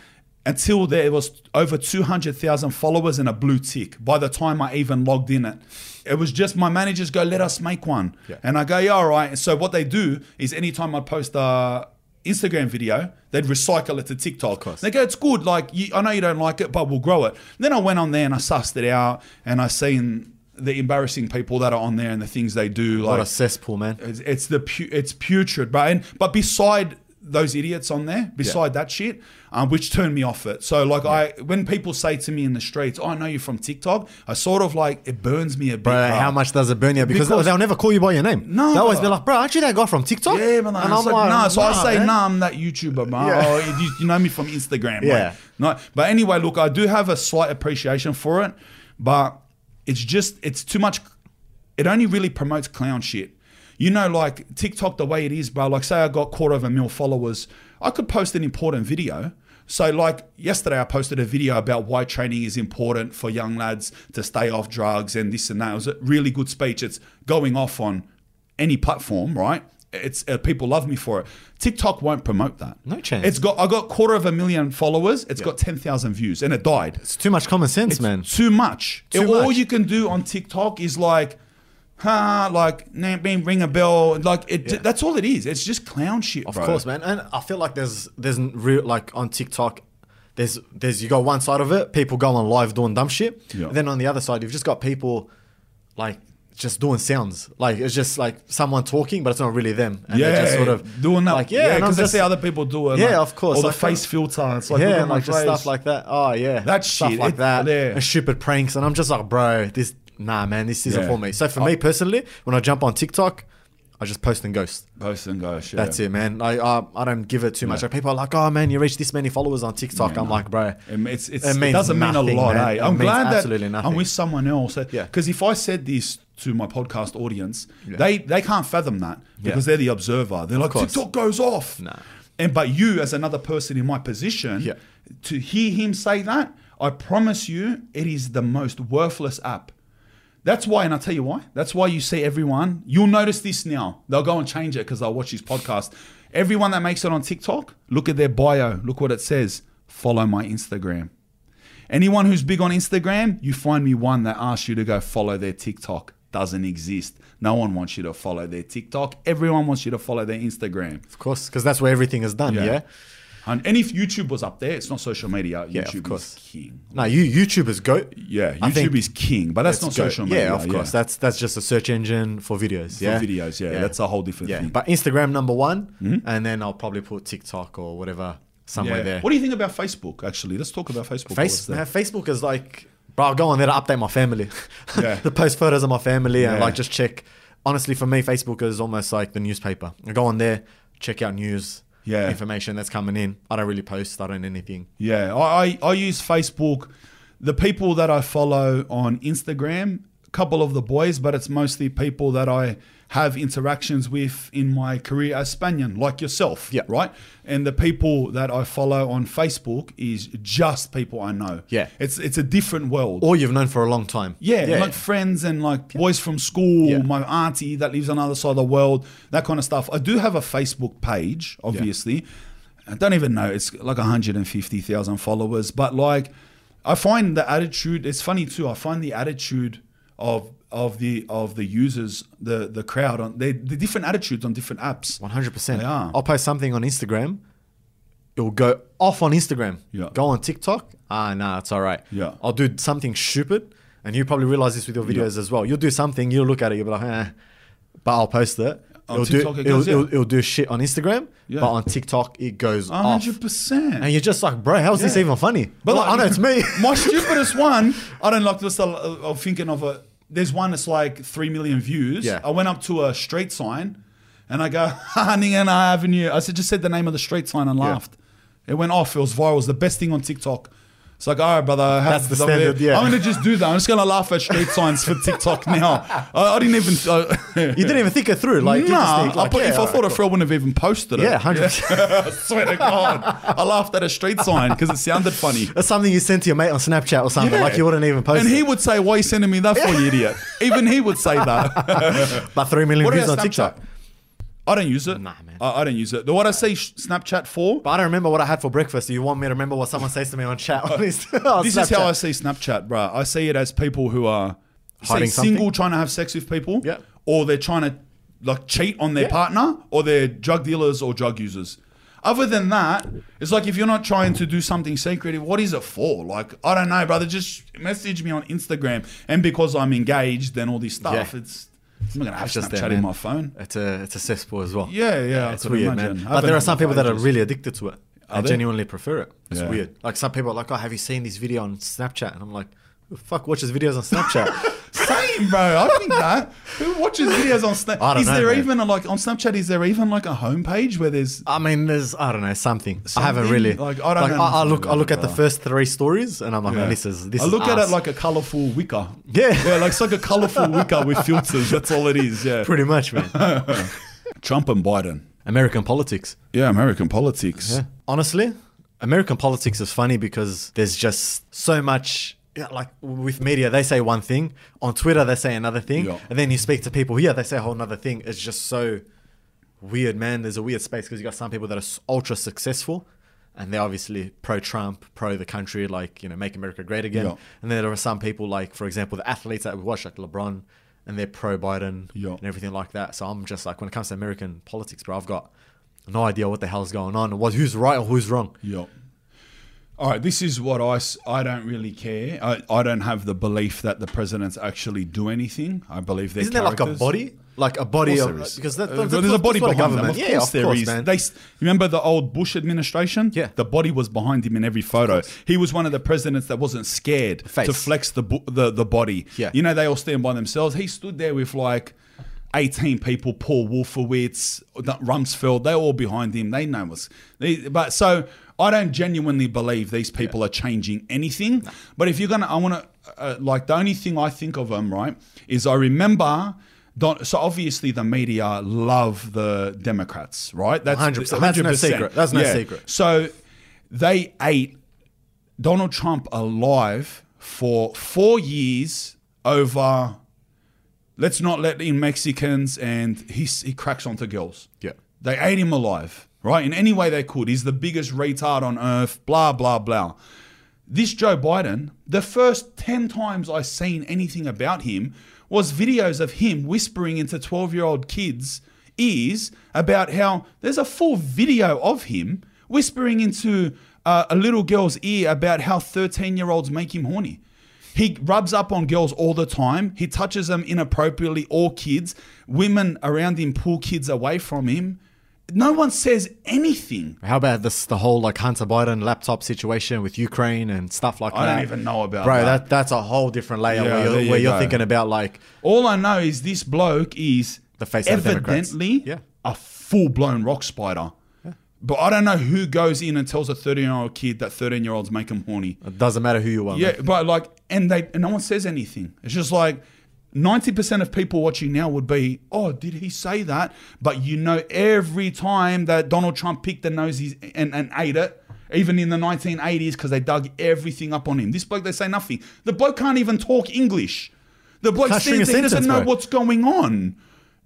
Speaker 1: until there was over 200,000 followers and a blue tick by the time I even logged in it. It was just my managers go, let us make one.
Speaker 2: Yeah.
Speaker 1: And I go, yeah, all right. And so what they do is anytime I post a Instagram video, they'd recycle it to TikTok. They go, it's good. Like, you, I know you don't like it, but we'll grow it. then I went on there and I sussed it out and I seen the embarrassing people that are on there and the things they do.
Speaker 2: What
Speaker 1: Like,
Speaker 2: a cesspool, man.
Speaker 1: it's, it's the pu- it's putrid, bro. And, but beside those idiots on there, beside that shit, um, which turned me off it. So like I, when people say to me in the streets, "Oh, I know you're from TikTok," I sort of like it burns me a bit.
Speaker 2: Bro,
Speaker 1: bruh.
Speaker 2: how much does it burn you? Because,
Speaker 1: Because-
Speaker 2: they'll never call you by your name.
Speaker 1: No,
Speaker 2: They always be
Speaker 1: bro.
Speaker 2: like, bro, aren't you that guy from TikTok?
Speaker 1: Yeah, but like, it's like, nah. So I say,
Speaker 2: man.
Speaker 1: nah, I'm that YouTuber, man.
Speaker 2: Yeah.
Speaker 1: Oh, you, you know me from Instagram.
Speaker 2: Yeah.
Speaker 1: Like, no, but anyway, look, I do have a slight appreciation for it, but it's just it's too much. It only really promotes clown shit. You know, like TikTok, the way it is, bro. Like, say I got quarter of a mil followers, I could post an important video. So, like yesterday, I posted a video about why training is important for young lads to stay off drugs and this and that. It was a really good speech. It's going off on any platform, right? It's uh, people love me for it. TikTok won't promote that.
Speaker 2: No chance.
Speaker 1: It's got I got quarter of a million followers. It's got ten thousand views, and it died.
Speaker 2: It's too much common sense, man.
Speaker 1: Too much.
Speaker 2: Too
Speaker 1: All
Speaker 2: much.
Speaker 1: you can do on TikTok is like, huh, like nah, bing, ring a bell, like it. That's all it is. It's just clown shit,
Speaker 2: Of
Speaker 1: bro.
Speaker 2: course, man. And I feel like there's there's n- real like on TikTok, there's there's you got one side of it, people going live doing dumb shit.
Speaker 1: Yeah.
Speaker 2: Then on the other side, you've just got people like just doing sounds. Like it's just like someone talking, but it's not really them. And
Speaker 1: Yeah,
Speaker 2: they're just sort of
Speaker 1: doing that.
Speaker 2: Like yeah, and I'm
Speaker 1: because
Speaker 2: just-
Speaker 1: they see other people do it.
Speaker 2: Yeah,
Speaker 1: like-
Speaker 2: of course.
Speaker 1: Or the
Speaker 2: Like,
Speaker 1: face filter. It's like
Speaker 2: yeah,
Speaker 1: yeah,
Speaker 2: and like just stuff like that. Oh yeah,
Speaker 1: That
Speaker 2: stuff
Speaker 1: shit,
Speaker 2: like
Speaker 1: it-
Speaker 2: that.
Speaker 1: yeah.
Speaker 2: And stupid pranks, and I'm just like, bro, this nah, man, this isn't
Speaker 1: Yeah.
Speaker 2: for me. So for me personally, when I jump on TikTok, I just post and ghost.
Speaker 1: post and go. shit.
Speaker 2: That's it, man. I I I don't give it too much. Like people are like, oh man, you reached this many followers on TikTok. I'm like, bro,
Speaker 1: It, it's, it's,
Speaker 2: It
Speaker 1: it,
Speaker 2: means
Speaker 1: doesn't mean
Speaker 2: nothing,
Speaker 1: a lot,
Speaker 2: man.
Speaker 1: eh?
Speaker 2: It
Speaker 1: I'm
Speaker 2: means
Speaker 1: glad that
Speaker 2: absolutely nothing.
Speaker 1: I'm with someone else.
Speaker 2: Yeah.
Speaker 1: Because if I said this to my podcast audience, they, they can't fathom that because
Speaker 2: Yeah.
Speaker 1: they're the observer. They're like,
Speaker 2: course.
Speaker 1: TikTok goes off.
Speaker 2: Nah.
Speaker 1: And But you, as another person in my position,
Speaker 2: Yeah.
Speaker 1: to hear him say that, I promise you, it is the most worthless app. That's why, and I'll tell you why. That's why you see everyone, you'll notice this now. They'll go and change it because they'll watch his podcast. Everyone that makes it on TikTok, look at their bio. Look what it says. Follow my Instagram. Anyone who's big on Instagram, you find me one that asks you to go follow their TikTok. Doesn't exist. No one wants you to follow their TikTok. Everyone wants you to follow their Instagram.
Speaker 2: of course, because that's where everything is done. Yeah.
Speaker 1: And, and if YouTube was up there, it's not social media. YouTube
Speaker 2: Yeah, of course.
Speaker 1: is king.
Speaker 2: No, you YouTubers go.
Speaker 1: Yeah,
Speaker 2: I think
Speaker 1: YouTube is king, but that's
Speaker 2: it's
Speaker 1: not
Speaker 2: goat.
Speaker 1: social media.
Speaker 2: Yeah, of course. That's that's just a search engine for videos.
Speaker 1: yeah.
Speaker 2: yeah,
Speaker 1: For videos. Yeah, that's a whole different
Speaker 2: yeah.
Speaker 1: thing.
Speaker 2: But Instagram number one, and then I'll probably put TikTok or whatever somewhere
Speaker 1: Yeah.
Speaker 2: there.
Speaker 1: What do you think about Facebook? Actually, let's talk about Facebook. while it's
Speaker 2: Face-
Speaker 1: there.
Speaker 2: man, Facebook is like, bro, I'll go on there to update my family.
Speaker 1: [LAUGHS]
Speaker 2: [LAUGHS]
Speaker 1: Yeah.
Speaker 2: the post photos of my family and
Speaker 1: Yeah.
Speaker 2: like just check. Honestly, for me, Facebook is almost like the newspaper. I go on there, check out news,
Speaker 1: Yeah.
Speaker 2: information that's coming in. I don't really post, I don't anything.
Speaker 1: Yeah, I, I, I use Facebook. The people that I follow on Instagram, a couple of the boys, but it's mostly people that I have interactions with in my career as Spanian, like yourself,
Speaker 2: Yeah.
Speaker 1: right? And the people that I follow on Facebook is just people I know.
Speaker 2: Yeah.
Speaker 1: it's it's a different world.
Speaker 2: Or you've known for a long time.
Speaker 1: Yeah, like friends and like boys from school,
Speaker 2: Yeah.
Speaker 1: my auntie that lives on the other side of the world, that kind of stuff. I do have a Facebook page, obviously. I don't even know. It's like 150,000 followers. But like, I find the attitude, it's funny too. I find the attitude of of the of the users, the the crowd on they the different attitudes on different apps.
Speaker 2: 100%.
Speaker 1: They are.
Speaker 2: I'll post something on Instagram. It will go off on Instagram.
Speaker 1: Yeah.
Speaker 2: Go on TikTok. Ah, nah, it's all right.
Speaker 1: Yeah.
Speaker 2: I'll do something stupid. And you probably realize this with your videos as well. You'll do something, you'll look at it, you'll be like, eh, but I'll post it.
Speaker 1: On
Speaker 2: it'll,
Speaker 1: TikTok
Speaker 2: do,
Speaker 1: it
Speaker 2: it'll,
Speaker 1: goes, yeah.
Speaker 2: it'll, it'll do shit on Instagram,
Speaker 1: Yeah.
Speaker 2: but on TikTok it goes off.
Speaker 1: 100%.
Speaker 2: And you're just like, bro, how's this
Speaker 1: Yeah.
Speaker 2: even funny? But like, I know
Speaker 1: [LAUGHS]
Speaker 2: it's me. [LAUGHS]
Speaker 1: my stupidest one. I don't like this. uh, Of thinking of a. There's one that's like three million views.
Speaker 2: Yeah.
Speaker 1: I went up to a street sign, And I go, [LAUGHS] Haningana Avenue. I said, just said the name of the street sign and laughed. It went off. It was viral. It was the best thing on TikTok. It's like, all right, brother. I have-
Speaker 2: That's the standard, yeah.
Speaker 1: I'm going to just do that. I'm just going to laugh at street signs for TikTok [LAUGHS] now. I, I didn't even. I,
Speaker 2: You didn't even think it through. [LAUGHS] Like, you just
Speaker 1: nah,
Speaker 2: think, like
Speaker 1: I put,
Speaker 2: yeah,
Speaker 1: if I
Speaker 2: alright,
Speaker 1: thought a friend wouldn't have even posted it.
Speaker 2: Yeah, 100%.
Speaker 1: [LAUGHS] I swear to God. I laughed at a street sign because it sounded
Speaker 2: [LAUGHS]
Speaker 1: funny.
Speaker 2: That's something you sent to your mate on Snapchat or something.
Speaker 1: Yeah.
Speaker 2: Like you wouldn't even post
Speaker 1: And
Speaker 2: it.
Speaker 1: he would say, Why are you sending me that for, you
Speaker 2: [LAUGHS]
Speaker 1: idiot? Even he would say that.
Speaker 2: But three million
Speaker 1: What
Speaker 2: views on
Speaker 1: about
Speaker 2: TikTok.
Speaker 1: Snapchat? I don't use it.
Speaker 2: Nah, man.
Speaker 1: I, I don't use it. The- What I say sh- Snapchat for,
Speaker 2: But I don't remember what I had for breakfast. Do you want me to remember what someone says to me on chat? On this [LAUGHS] on
Speaker 1: this is how I
Speaker 2: Snapchat?
Speaker 1: see Snapchat, bruh. I see it as people who are say,
Speaker 2: Hiding something?
Speaker 1: single trying to have sex with people,
Speaker 2: Yeah.
Speaker 1: or they're trying to like cheat on their partner, or they're drug dealers or drug users. Other than that, it's like if you're not trying to do something secretive, what is it for? Like, I don't know, brother. Just message me on Instagram, and because I'm engaged and all this stuff,
Speaker 2: Yeah.
Speaker 1: it's I'm not gonna have
Speaker 2: It's just
Speaker 1: Snapchat
Speaker 2: there,
Speaker 1: in
Speaker 2: man.
Speaker 1: my phone.
Speaker 2: It's a it's a cesspool as well.
Speaker 1: Yeah, yeah, I
Speaker 2: it's
Speaker 1: could
Speaker 2: weird,
Speaker 1: imagine.
Speaker 2: man.
Speaker 1: I
Speaker 2: But
Speaker 1: haven't
Speaker 2: there are
Speaker 1: had
Speaker 2: some
Speaker 1: it
Speaker 2: people that are
Speaker 1: ages.
Speaker 2: really addicted to it. I
Speaker 1: they?
Speaker 2: genuinely prefer it. It's
Speaker 1: Yeah.
Speaker 2: weird. Like some people are like, oh, have you seen this video on Snapchat? And I'm like, who the fuck watches videos
Speaker 1: [LAUGHS]
Speaker 2: on Snapchat?
Speaker 1: Same, bro. I think that. Who watches videos on
Speaker 2: [LAUGHS] I
Speaker 1: Snapchat?
Speaker 2: don't
Speaker 1: Is
Speaker 2: know,
Speaker 1: there
Speaker 2: man.
Speaker 1: even a like on Snapchat? Is there even like a homepage where there's?
Speaker 2: I mean, there's I don't know something. I haven't
Speaker 1: Something?
Speaker 2: really
Speaker 1: Like, I don't know
Speaker 2: I, I
Speaker 1: nothing
Speaker 2: look I
Speaker 1: about
Speaker 2: look
Speaker 1: it,
Speaker 2: at the
Speaker 1: brother.
Speaker 2: first three stories and I'm like, oh, this is this.
Speaker 1: I
Speaker 2: is
Speaker 1: look at
Speaker 2: us.
Speaker 1: it like a colorful wicker.
Speaker 2: Yeah.
Speaker 1: yeah, like it's like a colorful wicker with filters. That's all it is. Yeah,
Speaker 2: pretty much,
Speaker 1: [LAUGHS]
Speaker 2: man.
Speaker 1: Trump and Biden.
Speaker 2: American politics.
Speaker 1: Yeah, American politics.
Speaker 2: Yeah. Honestly, American politics is funny because there's just so much. Yeah, like with media, they say one thing on Twitter, they say another thing,
Speaker 1: Yeah.
Speaker 2: and then you speak to people here, they say a whole another thing. It's just so weird, man. There's a weird space because you got some people that are s- ultra successful, and they're obviously pro Trump, pro the country, like you know, make America great again.
Speaker 1: Yeah.
Speaker 2: And then there are some people like, for example, the athletes that we watch, like LeBron, and they're pro Biden
Speaker 1: Yeah.
Speaker 2: and everything like that. So I'm just like, when it comes to American politics, bro, I've got no idea what the hell's going on, what who's right or who's wrong.
Speaker 1: Yeah. All right, this is what I, s- I don't really care. I, I don't have the belief that the presidents actually do anything. I believe they're
Speaker 2: Isn't there like a
Speaker 1: characters.
Speaker 2: body, like a body
Speaker 1: course
Speaker 2: of
Speaker 1: there is.
Speaker 2: because that,
Speaker 1: Uh,
Speaker 2: that's,
Speaker 1: there's
Speaker 2: that's
Speaker 1: a body
Speaker 2: what
Speaker 1: behind them. Of
Speaker 2: Yeah,
Speaker 1: course there is.
Speaker 2: man.
Speaker 1: They s- remember the old Bush administration.
Speaker 2: Yeah.
Speaker 1: the body was behind him in every photo. He was one of the presidents that wasn't scared
Speaker 2: Face.
Speaker 1: to flex the bu- the the body.
Speaker 2: Yeah.
Speaker 1: you know they all stand by themselves. He stood there with like. 18 people, Paul Wolfowitz, Rumsfeld, they're all behind him. They know us. They, but so I don't genuinely believe these people are changing anything. But if you're going to, I want to, uh, like, the only thing I think of them, right, is I remember Don, so obviously the media love the Democrats, right? That's
Speaker 2: 100%. That's no secret. That's no secret.
Speaker 1: So they ate Donald Trump alive for four years over. Let's not let in Mexicans, and he he cracks onto girls.
Speaker 2: Yeah.
Speaker 1: they ate him alive, right? In any way they could. He's the biggest retard on earth. Blah blah blah. This Joe Biden, the first ten times I seen anything about him was videos of him whispering into twelve year old kids' ears about how there's a full video of him whispering into uh, a little girl's ear about how thirteen year olds make him horny. He rubs up on girls all the time. He touches them inappropriately, all kids. Women around him pull kids away from him. No one says anything.
Speaker 2: How about this the whole like Hunter Biden laptop situation with Ukraine and stuff like
Speaker 1: I
Speaker 2: that?
Speaker 1: don't even know about that.
Speaker 2: Bro, that that's a whole different
Speaker 1: Yeah,
Speaker 2: layer where
Speaker 1: there
Speaker 2: you're,
Speaker 1: you
Speaker 2: where you're
Speaker 1: go.
Speaker 2: thinking about like
Speaker 1: All I know is this bloke is
Speaker 2: The face of the Democrats.
Speaker 1: evidently
Speaker 2: Yeah.
Speaker 1: a full blown rock spider. But I don't know who goes in and tells a 13 year old kid that 13 year olds make him horny.
Speaker 2: it doesn't matter who you are. man.
Speaker 1: Yeah, but like, and they, and no one says anything. It's just like ninety percent of people watching now would be, oh, did he say that? But you know, every time that Donald Trump picked the nose he's- and and ate it, even in the nineteen eighties, because they dug everything up on him. This bloke, they say nothing. The bloke can't even talk English. The bloke
Speaker 2: Can't string
Speaker 1: stands
Speaker 2: a
Speaker 1: there, he doesn't
Speaker 2: sentence,
Speaker 1: know
Speaker 2: bro.
Speaker 1: what's going on.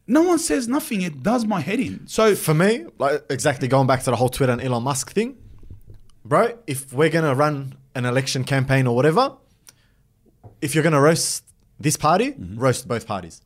Speaker 1: No one says nothing. It does my head in. So
Speaker 2: for me, like exactly going back to the whole Twitter and Elon Musk thing, bro. If we're gonna run an election campaign or whatever, if you're gonna roast this party,
Speaker 1: Mm-hmm.
Speaker 2: roast both parties.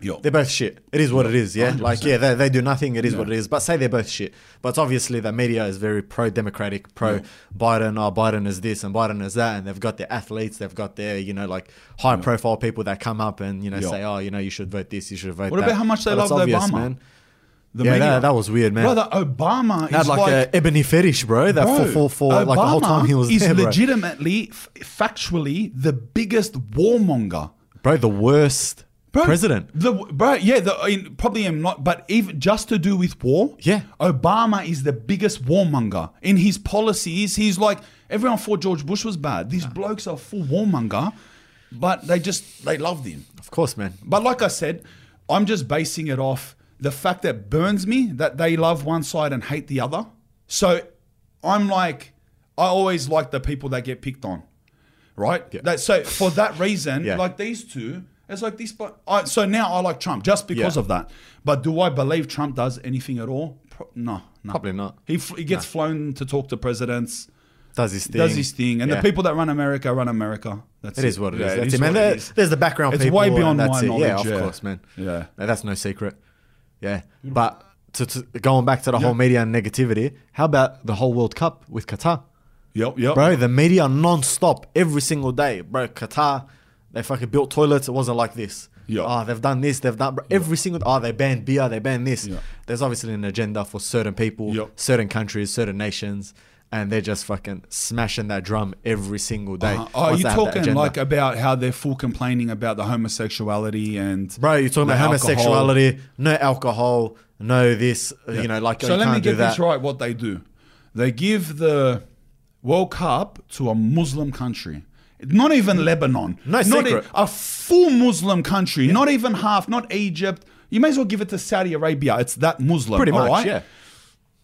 Speaker 1: yo,
Speaker 2: They're both shit. It is what it is, yeah.
Speaker 1: 100%.
Speaker 2: Like, yeah, they, they do nothing. It is what it is. But say they're both shit. But it's obviously that media is very pro-democratic, pro-Biden. Oh, Biden is this and Biden is that, and they've got their athletes. They've got their, you know, like high-profile people that come up and you know
Speaker 1: Yeah.
Speaker 2: say, oh, you know, you should vote this, you should vote
Speaker 1: What
Speaker 2: that.
Speaker 1: about how much they
Speaker 2: But it's
Speaker 1: loved
Speaker 2: obvious,
Speaker 1: Obama?
Speaker 2: man.
Speaker 1: the
Speaker 2: yeah, that, that was weird, man.
Speaker 1: brother Obama
Speaker 2: Had
Speaker 1: is
Speaker 2: like,
Speaker 1: like
Speaker 2: a ebony fetish, bro. That for for for like the whole
Speaker 1: Obama
Speaker 2: time he was
Speaker 1: is
Speaker 2: there, bro.
Speaker 1: legitimately, f- factually, the biggest warmonger.
Speaker 2: bro. The worst
Speaker 1: Bro,
Speaker 2: president.
Speaker 1: The, bro, yeah, the, I mean, probably am not, but even just to do with war,
Speaker 2: Yeah.
Speaker 1: Obama is the biggest warmonger in his policies. He's like everyone thought George Bush was bad. These blokes are full warmonger, but they just they loved him.
Speaker 2: Of course, man.
Speaker 1: But like I said, I'm just basing it off the fact that burns me that they love one side and hate the other. So I'm like, I always like the people that get picked on, right?
Speaker 2: Yeah.
Speaker 1: That, so for
Speaker 2: [LAUGHS]
Speaker 1: that reason,
Speaker 2: Yeah.
Speaker 1: like these two, it's like this. But I, so now I like Trump just because
Speaker 2: Yeah.
Speaker 1: of that. But do I believe Trump does anything at all? Pro- no, no,
Speaker 2: Probably not.
Speaker 1: He, fl- he gets flown to talk to presidents,
Speaker 2: Does his thing.
Speaker 1: does his thing, and
Speaker 2: Yeah.
Speaker 1: the people that run America run America. That's
Speaker 2: It is what it is.
Speaker 1: Yeah,
Speaker 2: That's it, man.
Speaker 1: what
Speaker 2: There- There's the background
Speaker 1: It's
Speaker 2: people.
Speaker 1: way
Speaker 2: and
Speaker 1: beyond
Speaker 2: that's
Speaker 1: my
Speaker 2: it.
Speaker 1: knowledge.
Speaker 2: Yeah, of course, man.
Speaker 1: Yeah.
Speaker 2: No, that's no secret. Yeah. But to, to going back to the whole media and negativity, how about the whole World Cup with Qatar?
Speaker 1: Yep, yep.
Speaker 2: Bro, the media non-stop every single day. Bro, Qatar, they fucking built toilets. It wasn't like this.
Speaker 1: Yeah.
Speaker 2: Oh, they've done this. They've done bro, every single. Oh, they banned beer. They banned this.
Speaker 1: Yeah.
Speaker 2: There's obviously an agenda for certain people,
Speaker 1: Yep.
Speaker 2: certain countries, certain nations, and they're just fucking smashing that drum every single day.
Speaker 1: Uh, oh,
Speaker 2: once
Speaker 1: you
Speaker 2: they have that
Speaker 1: talking
Speaker 2: agenda.
Speaker 1: like about how they're full complaining about the homosexuality and
Speaker 2: bro? You're talking
Speaker 1: the
Speaker 2: about
Speaker 1: alcohol.
Speaker 2: homosexuality, no alcohol, no this. uh, You know, like
Speaker 1: So
Speaker 2: you
Speaker 1: let
Speaker 2: can't
Speaker 1: me
Speaker 2: do
Speaker 1: get
Speaker 2: that.
Speaker 1: this right. What they do, they give the World Cup to a Muslim country. Not even Lebanon.
Speaker 2: No
Speaker 1: not
Speaker 2: secret.
Speaker 1: e- a full Muslim country. Not even half. Not Egypt. You may as well give it to Saudi Arabia. It's that Muslim.
Speaker 2: Pretty
Speaker 1: all
Speaker 2: much,
Speaker 1: right?
Speaker 2: yeah.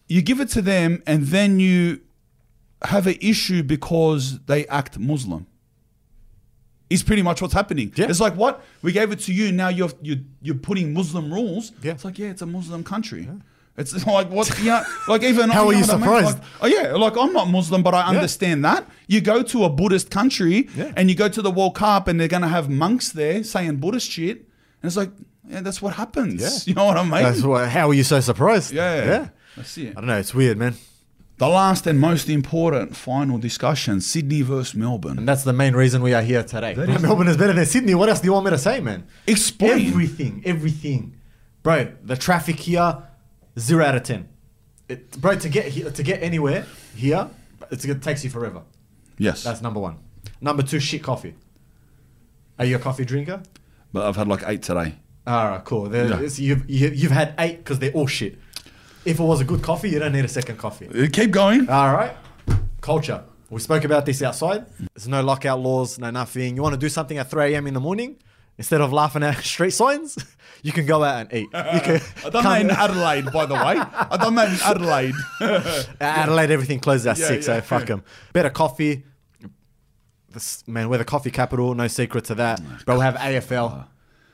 Speaker 1: You give it to them, and then you have an issue because they act Muslim. is pretty much what's happening.
Speaker 2: Yeah.
Speaker 1: It's like what we gave it to you. Now you're you're, you're putting Muslim rules.
Speaker 2: Yeah.
Speaker 1: It's like yeah, it's a Muslim country. It's [LAUGHS] like what? Yeah, like even
Speaker 2: How
Speaker 1: I
Speaker 2: are
Speaker 1: know
Speaker 2: you
Speaker 1: what I mean?
Speaker 2: surprised?
Speaker 1: Like, oh yeah, like I'm not Muslim, but I understand that. You go to a Buddhist country
Speaker 2: Yeah.
Speaker 1: and you go to the World Cup, and they're gonna have monks there saying Buddhist shit, and it's like yeah, that's what happens.
Speaker 2: Yeah.
Speaker 1: [LAUGHS] You know what I mean?
Speaker 2: That's why. How are you so surprised?
Speaker 1: yeah,
Speaker 2: yeah.
Speaker 1: That's it.
Speaker 2: I don't know. It's weird, man.
Speaker 1: The last and most important final discussion: Sydney versus Melbourne.
Speaker 2: And that's the main reason we are here today. Melbourne is better than Sydney. What else do you want me to say, man?
Speaker 1: Explain.
Speaker 2: Everything, everything. Bro, the traffic here, zero out of 10. It, bro, to get here, to get anywhere here, it's going to take you forever.
Speaker 1: yes,
Speaker 2: That's number one. Number two, shit coffee. Are you a coffee drinker?
Speaker 1: but I've had like eight today.
Speaker 2: All right, cool. There-
Speaker 1: Yeah.
Speaker 2: it's- You've, you, you've had eight because they're all shit. If it was a good coffee, you don't need a second coffee.
Speaker 1: Uh, [LAUGHS] Keep going.
Speaker 2: All right. Culture. We spoke about this outside. There's no lockout laws, no nothing. You want to do something at 3 a.m. in the morning? Instead of laughing at [LAUGHS] street signs, you can go out and
Speaker 1: [LAUGHS]
Speaker 2: eat. You can
Speaker 1: I done that in Adelaide, by the way. I done that [LAUGHS] in Adelaide.
Speaker 2: [LAUGHS] Adelaide, everything closes at
Speaker 1: Yeah,
Speaker 2: six,
Speaker 1: yeah.
Speaker 2: so fuck them. Better coffee. This, man, we're the coffee capital. No secret to that. Bro, we have AFL.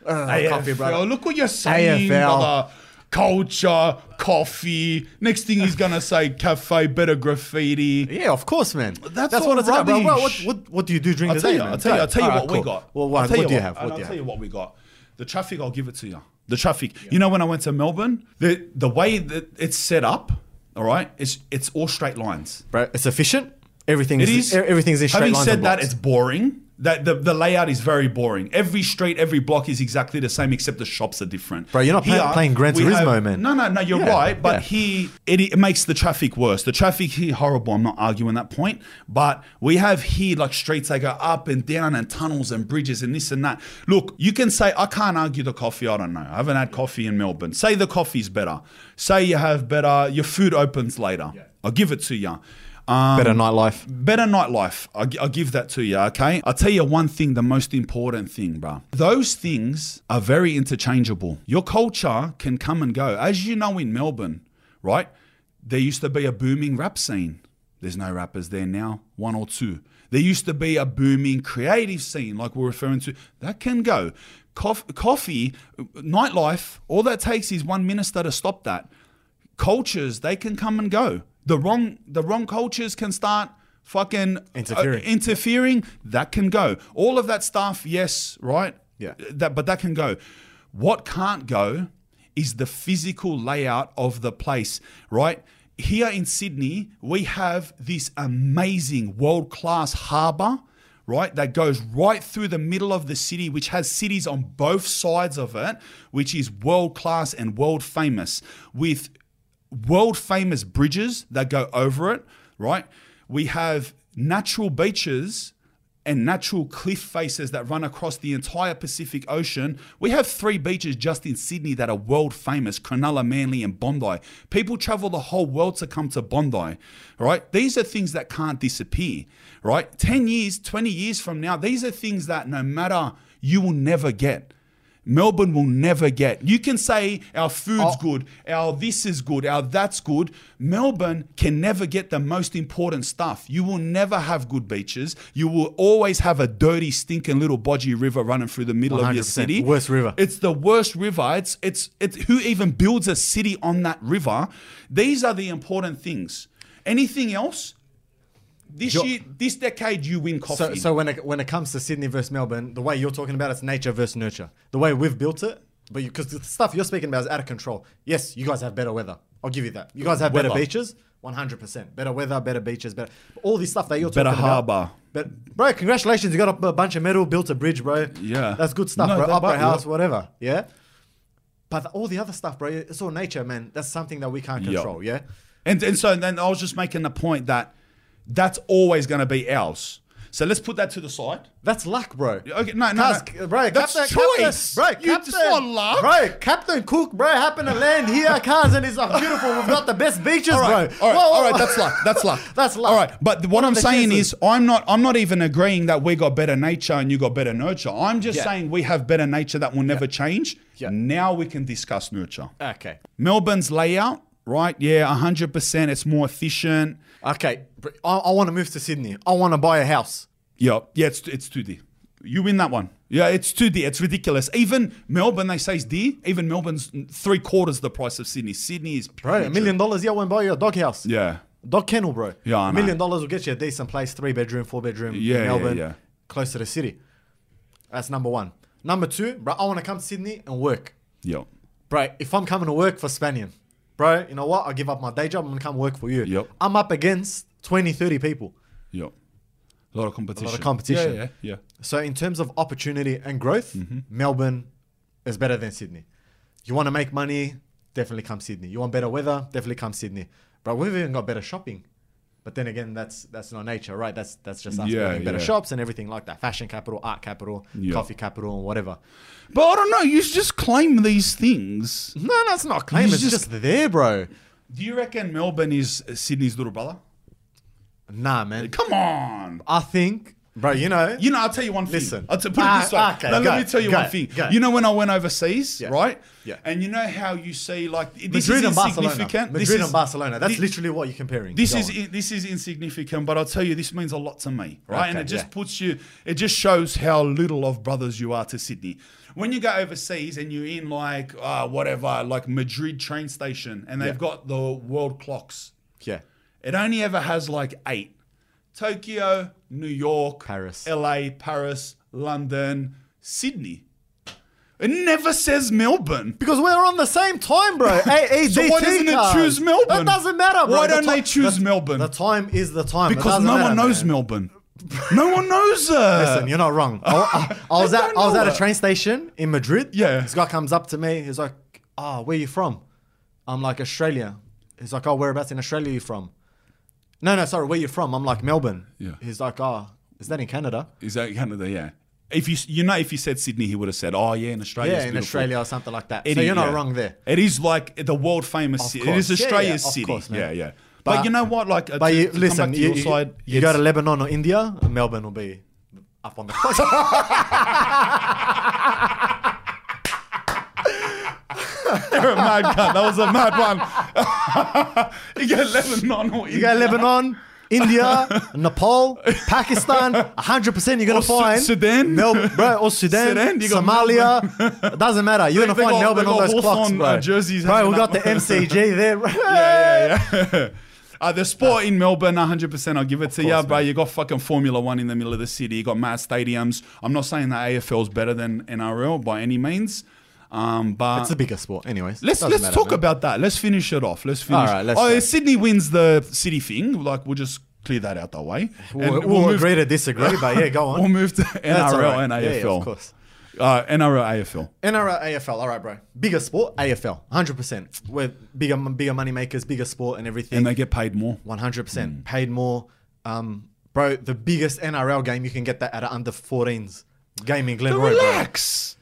Speaker 1: Uh,
Speaker 2: Ugh, coffee,
Speaker 1: AFL,
Speaker 2: brother.
Speaker 1: Look what you're saying,
Speaker 2: AFL.
Speaker 1: brother. Culture, coffee. Next thing he's gonna say, cafe, better graffiti.
Speaker 2: Yeah, of course, man.
Speaker 1: That's all
Speaker 2: what it's about, bro. Bro, what,
Speaker 1: rubbish.
Speaker 2: what, what do you do during
Speaker 1: I'll
Speaker 2: the
Speaker 1: tell
Speaker 2: day,
Speaker 1: you.
Speaker 2: man?
Speaker 1: I'll tell you. I'll tell you
Speaker 2: All right,
Speaker 1: what
Speaker 2: cool.
Speaker 1: we got.
Speaker 2: Well,
Speaker 1: I'll
Speaker 2: what,
Speaker 1: tell
Speaker 2: what
Speaker 1: you
Speaker 2: do you
Speaker 1: what- and
Speaker 2: have? What do
Speaker 1: I'll
Speaker 2: you
Speaker 1: tell
Speaker 2: have?
Speaker 1: you what we got. The traffic, I'll give it to you. The traffic. You know, when I went to Melbourne, the the way that it's set up, all right, it's it's all straight lines.
Speaker 2: Bro, it's efficient. Everything's
Speaker 1: It is.
Speaker 2: e- everything's in straight
Speaker 1: Having
Speaker 2: lines
Speaker 1: said
Speaker 2: and
Speaker 1: that,
Speaker 2: blocks.
Speaker 1: it's boring. That the, the layout is very boring. Every street, every block is exactly the same, except the shops are different.
Speaker 2: Bro, you're not play- playing Gran
Speaker 1: we
Speaker 2: Turismo, man.
Speaker 1: No, no, no. You're
Speaker 2: Yeah,
Speaker 1: right, but
Speaker 2: yeah.
Speaker 1: here it, it makes the traffic worse. The traffic here horrible. I'm not arguing that point, but we have here like streets that go up and down and tunnels and bridges and this and that. Look, you can say I can't argue the coffee. I don't know. I haven't had coffee in Melbourne. Say the coffee's better. Say you have better. Your food opens later. I'll give it to you. Um,
Speaker 2: better nightlife.
Speaker 1: Better nightlife. I, I give that to you, okay? I'll tell you one thing, the most important thing, bruh. Those things are very interchangeable. Your culture can come and go. As you know in Melbourne, right? There used to be a booming rap scene. There's no rappers there now, one or two. There used to be a booming creative scene, like we're referring to. That can go. Coff- coffee, nightlife, all that takes is one minister to stop that cultures they can come and go the wrong the wrong cultures can start fucking
Speaker 2: Interfering.
Speaker 1: uh, interfering that can go all of that stuff yes right
Speaker 2: Yeah.
Speaker 1: that but that can go what can't go is the physical layout of the place right here in sydney we have this amazing world class harbour right that goes right through the middle of the city which has cities on both sides of it which is world class and world famous with world famous bridges that go over it, right? We have natural beaches and natural cliff faces that run across the entire Pacific Ocean, we have three beaches just in Sydney that are world famous Cronulla, Manly, and Bondi. People travel the whole world to come to Bondi, right? These are things that can't disappear, right? 10 years, 20 years from now, these are things that no matter, you will never get. Melbourne will never get. You can say our
Speaker 2: Oh.
Speaker 1: food's good, our this is good, our that's good. Melbourne can never get the most important stuff. You will never have good beaches. You will always have a dirty, stinking little bodgy river running through the middle of your
Speaker 2: 100%.
Speaker 1: city.
Speaker 2: Worst river.
Speaker 1: It's the worst river. It's it's it's who even builds a city on that river. These are the important things. Anything else? This
Speaker 2: Jo-
Speaker 1: year, this decade, you win coffee.
Speaker 2: So, so when it, when it comes to Sydney versus Melbourne, the way you're talking about it's nature versus nurture. The way we've built it, but because the stuff you're speaking about is out of control. Yes, you guys have better weather. I'll give you that. You guys have better
Speaker 1: Weather.
Speaker 2: beaches, 100%. Better weather, better beaches, better all this stuff that you're
Speaker 1: Better
Speaker 2: talking about.
Speaker 1: harbour.
Speaker 2: But bro, congratulations! You got a, a bunch of metal, built a bridge, bro.
Speaker 1: Yeah.
Speaker 2: that's good stuff,
Speaker 1: No,
Speaker 2: bro.
Speaker 1: that-
Speaker 2: Opera
Speaker 1: but-
Speaker 2: house, whatever. Yeah. But the- all the other stuff, bro, it's all nature, man. That's something that we can't
Speaker 1: Yeah.
Speaker 2: control. Yeah.
Speaker 1: And and so then I was just making the point that that's always going to be ours. So let's put that to the side.
Speaker 2: That's luck, bro.
Speaker 1: Okay, no, no,
Speaker 2: Cuz,
Speaker 1: no.
Speaker 2: bro,
Speaker 1: that's
Speaker 2: Captain,
Speaker 1: choice.
Speaker 2: Captain, bro,
Speaker 1: you
Speaker 2: Captain,
Speaker 1: just want luck.
Speaker 2: Bro, Captain Cook, bro, happened to land here, cuz, and it's like beautiful. We've got the best beaches,
Speaker 1: All right,
Speaker 2: bro.
Speaker 1: all right,
Speaker 2: Whoa, whoa,
Speaker 1: all right.
Speaker 2: whoa.
Speaker 1: That's luck. That's luck.
Speaker 2: [LAUGHS] That's luck.
Speaker 1: All right, but th- what
Speaker 2: What are
Speaker 1: I'm
Speaker 2: the
Speaker 1: saying
Speaker 2: chances?
Speaker 1: is, I'm not. I'm not even agreeing that we got better nature and you got better nurture. I'm just
Speaker 2: Yeah.
Speaker 1: saying we have better nature that will never change.
Speaker 2: Yeah.
Speaker 1: Now we can discuss nurture.
Speaker 2: Okay.
Speaker 1: Melbourne's layout, right? Yeah, 100. percent It's more efficient.
Speaker 2: Okay. bro, I, I want to move to Sydney. I want to buy a house.
Speaker 1: Yeah, yeah, it's it's 2D. You win that one. Yeah, it's 2D. It's ridiculous. Even Melbourne, they say is D. Even Melbourne's three quarters the price of Sydney. Sydney is
Speaker 2: Bro, a million dollars, yeah, I want to buy you a dog house.
Speaker 1: Yeah,
Speaker 2: Dog kennel, bro.
Speaker 1: Yeah, I
Speaker 2: A
Speaker 1: know.
Speaker 2: million dollars will get you a decent place, three bedroom, four bedroom
Speaker 1: Yeah,
Speaker 2: in
Speaker 1: yeah,
Speaker 2: Melbourne,
Speaker 1: yeah.
Speaker 2: close to the city. That's number one. Number two, bro, I want to come to Sydney and work.
Speaker 1: yeah,
Speaker 2: bro, if I'm coming to work for Spanian, bro, you know what? I'll give up my day job. I'm going to come work for you.
Speaker 1: Yep.
Speaker 2: I'm up against 20, 30 people.
Speaker 1: yeah. A lot of competition.
Speaker 2: competition.
Speaker 1: Yeah, yeah,
Speaker 2: So in terms of opportunity and growth,
Speaker 1: Mm-hmm.
Speaker 2: Melbourne is better than Sydney. You want to make money? Definitely come Sydney. You want better weather? Definitely come Sydney. Bro, we've even got better shopping. But then again, that's that's not nature, right? That's that's just us
Speaker 1: Yeah,
Speaker 2: building better
Speaker 1: yeah.
Speaker 2: shops and everything like that. Fashion capital, art capital,
Speaker 1: Yeah.
Speaker 2: coffee capital, and whatever.
Speaker 1: yeah. But I don't know. You just claim these things.
Speaker 2: No, that's not a claim.
Speaker 1: You
Speaker 2: It's
Speaker 1: just-
Speaker 2: just there, bro.
Speaker 1: Do you reckon Melbourne is uh, Sydney's little brother?
Speaker 2: Nah, man.
Speaker 1: Come on.
Speaker 2: I think, bro. You know,
Speaker 1: You know, I'll tell you one thing.
Speaker 2: Listen.
Speaker 1: I'll t- put it
Speaker 2: Ah,
Speaker 1: this way.
Speaker 2: okay,
Speaker 1: No,
Speaker 2: go,
Speaker 1: let me tell you
Speaker 2: go,
Speaker 1: one thing.
Speaker 2: go.
Speaker 1: You know when I went overseas,
Speaker 2: Yeah.
Speaker 1: right?
Speaker 2: Yeah.
Speaker 1: And you know how you see like this
Speaker 2: Madrid
Speaker 1: is
Speaker 2: and Barcelona.
Speaker 1: insignificant. This
Speaker 2: Madrid
Speaker 1: is-
Speaker 2: and Barcelona. That's
Speaker 1: thi-
Speaker 2: literally what you're comparing.
Speaker 1: This
Speaker 2: Go
Speaker 1: is
Speaker 2: on.
Speaker 1: this is insignificant, but I'll tell you, this means a lot to me, right? and
Speaker 2: Okay,
Speaker 1: it just
Speaker 2: yeah.
Speaker 1: puts you, it just shows how little of brothers you are to Sydney. When you go overseas and you're in like uh, whatever, like Madrid train station, and they've
Speaker 2: Yeah.
Speaker 1: got the world clocks.
Speaker 2: yeah.
Speaker 1: It only ever has like eight: Tokyo, New York,
Speaker 2: Paris.
Speaker 1: LA, Paris, London, Sydney. It never says Melbourne.
Speaker 2: Because we're on the same
Speaker 1: [LAUGHS]
Speaker 2: time, bro. A-
Speaker 1: So why doesn't it choose Melbourne?
Speaker 2: That doesn't matter, bro.
Speaker 1: Why
Speaker 2: The
Speaker 1: don't
Speaker 2: ti-
Speaker 1: they choose
Speaker 2: the-
Speaker 1: Melbourne?
Speaker 2: The time is the time. It
Speaker 1: Because
Speaker 2: doesn't
Speaker 1: no one
Speaker 2: matter,
Speaker 1: knows
Speaker 2: man.
Speaker 1: Melbourne. No one knows her.
Speaker 2: Listen, you're not wrong. I, I- I
Speaker 1: [LAUGHS]
Speaker 2: was
Speaker 1: They
Speaker 2: at
Speaker 1: don't
Speaker 2: I was
Speaker 1: know
Speaker 2: at a
Speaker 1: it.
Speaker 2: train station in Madrid.
Speaker 1: Yeah.
Speaker 2: This guy comes up to me. He's like, "Ah, where you from?" I'm like, "Australia." He's like, "Oh, whereabouts in Australia are you from?" No, no, sorry, where you from? I'm like, "Melbourne."
Speaker 1: Yeah.
Speaker 2: He's like, "Ah, is that in Canada?"
Speaker 1: Is that Canada? Yeah. If you you know if you said Sydney, he would have said, "Oh yeah, in Australia."
Speaker 2: Yeah,
Speaker 1: it's
Speaker 2: in
Speaker 1: beautiful."
Speaker 2: Australia or something like that.
Speaker 1: It
Speaker 2: so
Speaker 1: is-
Speaker 2: you're not
Speaker 1: yeah.
Speaker 2: wrong there.
Speaker 1: It is like the world famous. city. It is
Speaker 2: course. Yeah, yeah,
Speaker 1: Australia's
Speaker 2: of
Speaker 1: city.
Speaker 2: course, man.
Speaker 1: yeah, yeah. But,
Speaker 2: But-
Speaker 1: you know what? Like, uh,
Speaker 2: But
Speaker 1: to-
Speaker 2: you,
Speaker 1: to come
Speaker 2: listen,
Speaker 1: back to
Speaker 2: you,
Speaker 1: your
Speaker 2: you,
Speaker 1: side,
Speaker 2: you go to
Speaker 1: it's-
Speaker 2: Lebanon or India, Melbourne will be up on the [LAUGHS] clock.
Speaker 1: [LAUGHS] You're a mad cunt. That was a mad one. [LAUGHS] you go Lebanon or
Speaker 2: you go to Lebanon,
Speaker 1: [LAUGHS]
Speaker 2: India, Nepal, Pakistan, 100% you're going
Speaker 1: Or
Speaker 2: to
Speaker 1: Su-
Speaker 2: find.
Speaker 1: Sudan.
Speaker 2: Mel- bro, or Sudan,
Speaker 1: Sudan, you got
Speaker 2: Somalia. It doesn't matter. You're going to
Speaker 1: They- they
Speaker 2: find
Speaker 1: got-
Speaker 2: Melbourne
Speaker 1: they
Speaker 2: on
Speaker 1: got
Speaker 2: those clocks,
Speaker 1: Hawthorn,
Speaker 2: bro.
Speaker 1: uh, jerseys
Speaker 2: bro, we
Speaker 1: hanging
Speaker 2: got
Speaker 1: up.
Speaker 2: the MCG there.
Speaker 1: [LAUGHS] yeah, yeah, yeah. [LAUGHS] Uh, the sport in Melbourne, 100%, I'll give it to you,
Speaker 2: course,
Speaker 1: bro. You got fucking Formula One in the middle of the city. You got mad stadiums. I'm not saying that AFL's better than NRL by any means, um, but
Speaker 2: It's a bigger sport, anyways.
Speaker 1: Let's
Speaker 2: Doesn't
Speaker 1: let's
Speaker 2: matter,
Speaker 1: talk
Speaker 2: man.
Speaker 1: about that. Let's finish it off. Let's finish.
Speaker 2: All right, let's
Speaker 1: oh,
Speaker 2: go.
Speaker 1: if Sydney wins the city thing. Like we'll just clear that out the way.
Speaker 2: We'll,
Speaker 1: And
Speaker 2: we'll
Speaker 1: move,
Speaker 2: agree to disagree, but yeah,
Speaker 1: [LAUGHS]
Speaker 2: go on.
Speaker 1: we'll move to
Speaker 2: [LAUGHS] That's all
Speaker 1: NRL
Speaker 2: right.
Speaker 1: and
Speaker 2: Yeah,
Speaker 1: AFL.
Speaker 2: yeah, of course.
Speaker 1: Uh, NRL AFL.
Speaker 2: NRL, AFL, all right, bro. Bigger sport, AFL, 100%. We're bigger, bigger money makers, bigger sport and everything.
Speaker 1: Mm. And they get paid more.
Speaker 2: 100% paid more um, Bro, the biggest NRL game you can get that at an under 14s game in
Speaker 1: The
Speaker 2: Glenroy. Bro.
Speaker 1: relax.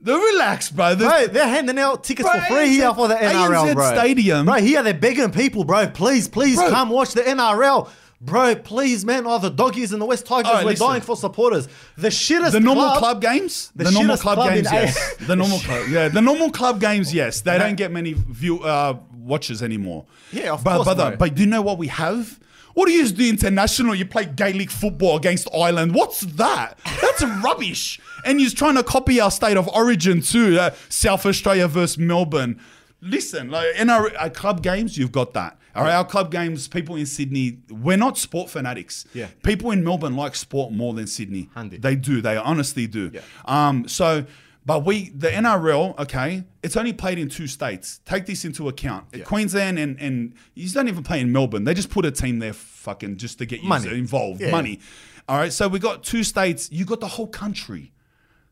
Speaker 1: The relax, bro. The-
Speaker 2: Bro, they're handing out tickets
Speaker 1: Bro,
Speaker 2: for free here for the
Speaker 1: ANZ
Speaker 2: NRL, bro.
Speaker 1: Stadium.
Speaker 2: Bro, here they're begging people, bro. Please, please
Speaker 1: Bro.
Speaker 2: come watch the NRL. Bro, please, man. Oh, the doggies and the West Tigers,
Speaker 1: Alright,
Speaker 2: we're
Speaker 1: listen.
Speaker 2: dying for supporters. The shittest
Speaker 1: the normal club, games,
Speaker 2: the
Speaker 1: the, normal
Speaker 2: shittest
Speaker 1: club,
Speaker 2: club in
Speaker 1: games,
Speaker 2: A-
Speaker 1: yes. The normal club, yeah, the normal club games, yes. They don't get many view uh, watches anymore.
Speaker 2: Yeah, of
Speaker 1: but,
Speaker 2: course,
Speaker 1: But, the-
Speaker 2: bro.
Speaker 1: but do you know what we have? What do you do international? You play Gaelic football against Ireland. What's that? That's rubbish. And you're trying to copy our state of origin too. Uh, South Australia versus Melbourne. Listen, like in our uh, club games, you've got that. All right, our club games, people in Sydney, we're not sport fanatics.
Speaker 2: Yeah.
Speaker 1: People in Melbourne like sport more than Sydney.
Speaker 2: Handy.
Speaker 1: They do. They honestly do.
Speaker 2: Yeah.
Speaker 1: Um, so, but we, the NRL, okay, it's only played in two states. Take this into account. Queensland and, and you don't even play in Melbourne. They just put a team there fucking just to get you
Speaker 2: Money.
Speaker 1: involved.
Speaker 2: Yeah,
Speaker 1: Money. All right. So we got two states. You got the whole country.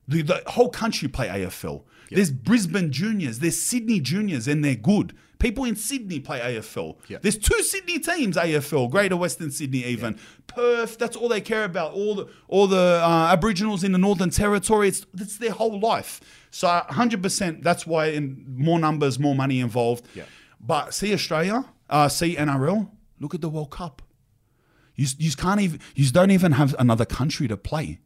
Speaker 1: The, the whole country play AFL. There's Brisbane juniors, there's Sydney juniors, and they're good. People in Sydney play AFL.
Speaker 2: Yeah.
Speaker 1: There's two Sydney teams AFL, Greater Western Sydney, even Perth. That's all they care about. All the all the uh, Aboriginals in the Northern Territory. It's that's their whole life. So 100. percent That's why in more numbers, more money involved.
Speaker 2: Yeah.
Speaker 1: But see Australia, uh, see NRL. Look at the World Cup. You you can't even you don't even have another country to play.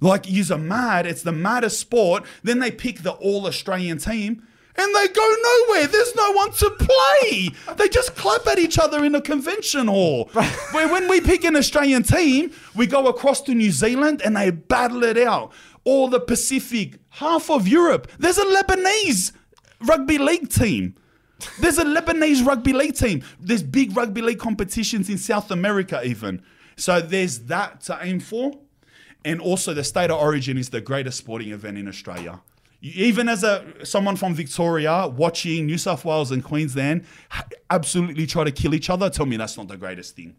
Speaker 1: Like you's are mad. It's the maddest sport. Then they pick the all Australian team. And they go nowhere. There's no one to play. They just clap at each other in a convention hall. Where when we pick an Australian team, we go across to New Zealand and they battle it out. All the Pacific, half of Europe. There's a Lebanese rugby league team. There's a Lebanese rugby league team. There's big rugby league competitions in South America, even. So there's that to aim for. And also, the state of origin is the greatest sporting event in Australia. You- Even as a someone from Victoria watching New South Wales and Queensland ha- absolutely try to kill each other, tell me that's not the greatest thing.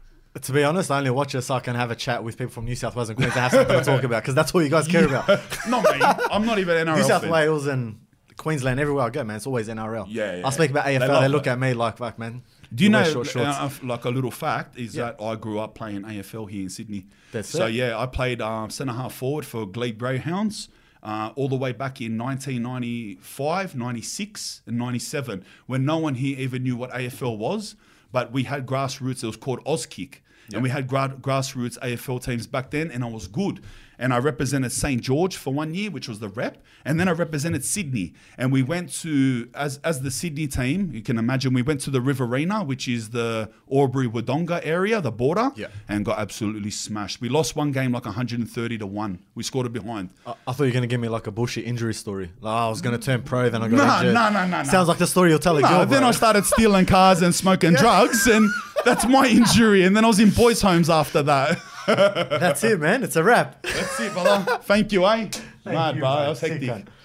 Speaker 1: [LAUGHS]
Speaker 2: To be honest, I only watch it so I can have a chat with people from New South Wales and Queens to have something
Speaker 1: [LAUGHS]
Speaker 2: to talk about because that's all you guys care about.
Speaker 1: No, mate, I'm not even NRL.
Speaker 2: [LAUGHS] New South
Speaker 1: fan.
Speaker 2: Wales and Queensland, everywhere I go, man, it's always NRL.
Speaker 1: Yeah, yeah,
Speaker 2: I speak about
Speaker 1: yeah.
Speaker 2: AFL,
Speaker 1: They
Speaker 2: they,
Speaker 1: love
Speaker 2: look
Speaker 1: it.
Speaker 2: at me like, fuck, man.
Speaker 1: Do you
Speaker 2: wear
Speaker 1: know,
Speaker 2: short shorts.
Speaker 1: uh, like a little fact is that I grew up playing AFL here in Sydney.
Speaker 2: That's
Speaker 1: so
Speaker 2: it.
Speaker 1: yeah, I played um, centre half forward for Glebe Greyhounds uh, all the way back in 1995, 96, and 97, when no one here even knew what AFL was. But we had grassroots. It was called Auskick. And we had gra- grassroots AFL teams back then, and I was good. And I represented St George for one year, which was the rep, and then I represented Sydney. And we went to as as the Sydney team. You can imagine we went to the Riverina, which is the Aubrey Wodonga area, the border,
Speaker 2: Yeah.
Speaker 1: and got absolutely smashed. We lost one game like 130 to one. We scored it behind.
Speaker 2: I, I thought you were going to give me like a bullshit injury story. Like, oh, I was going to turn pro, then I got
Speaker 1: Nah,
Speaker 2: injured.
Speaker 1: nah, nah, nah, nah.
Speaker 2: Sounds like the story you'll tell a
Speaker 1: No,
Speaker 2: girl.
Speaker 1: Uh, then
Speaker 2: bro.
Speaker 1: I started stealing cars and [LAUGHS] smoking drugs, and that's my injury. And then I was in boys' homes after that.
Speaker 2: That's it, man. It's a wrap.
Speaker 1: That's it, brother. [LAUGHS] Thank you, eh? Mad,
Speaker 2: you,
Speaker 1: bro.
Speaker 2: mate.
Speaker 1: That was
Speaker 2: Sick,
Speaker 1: hectic.
Speaker 2: cunt.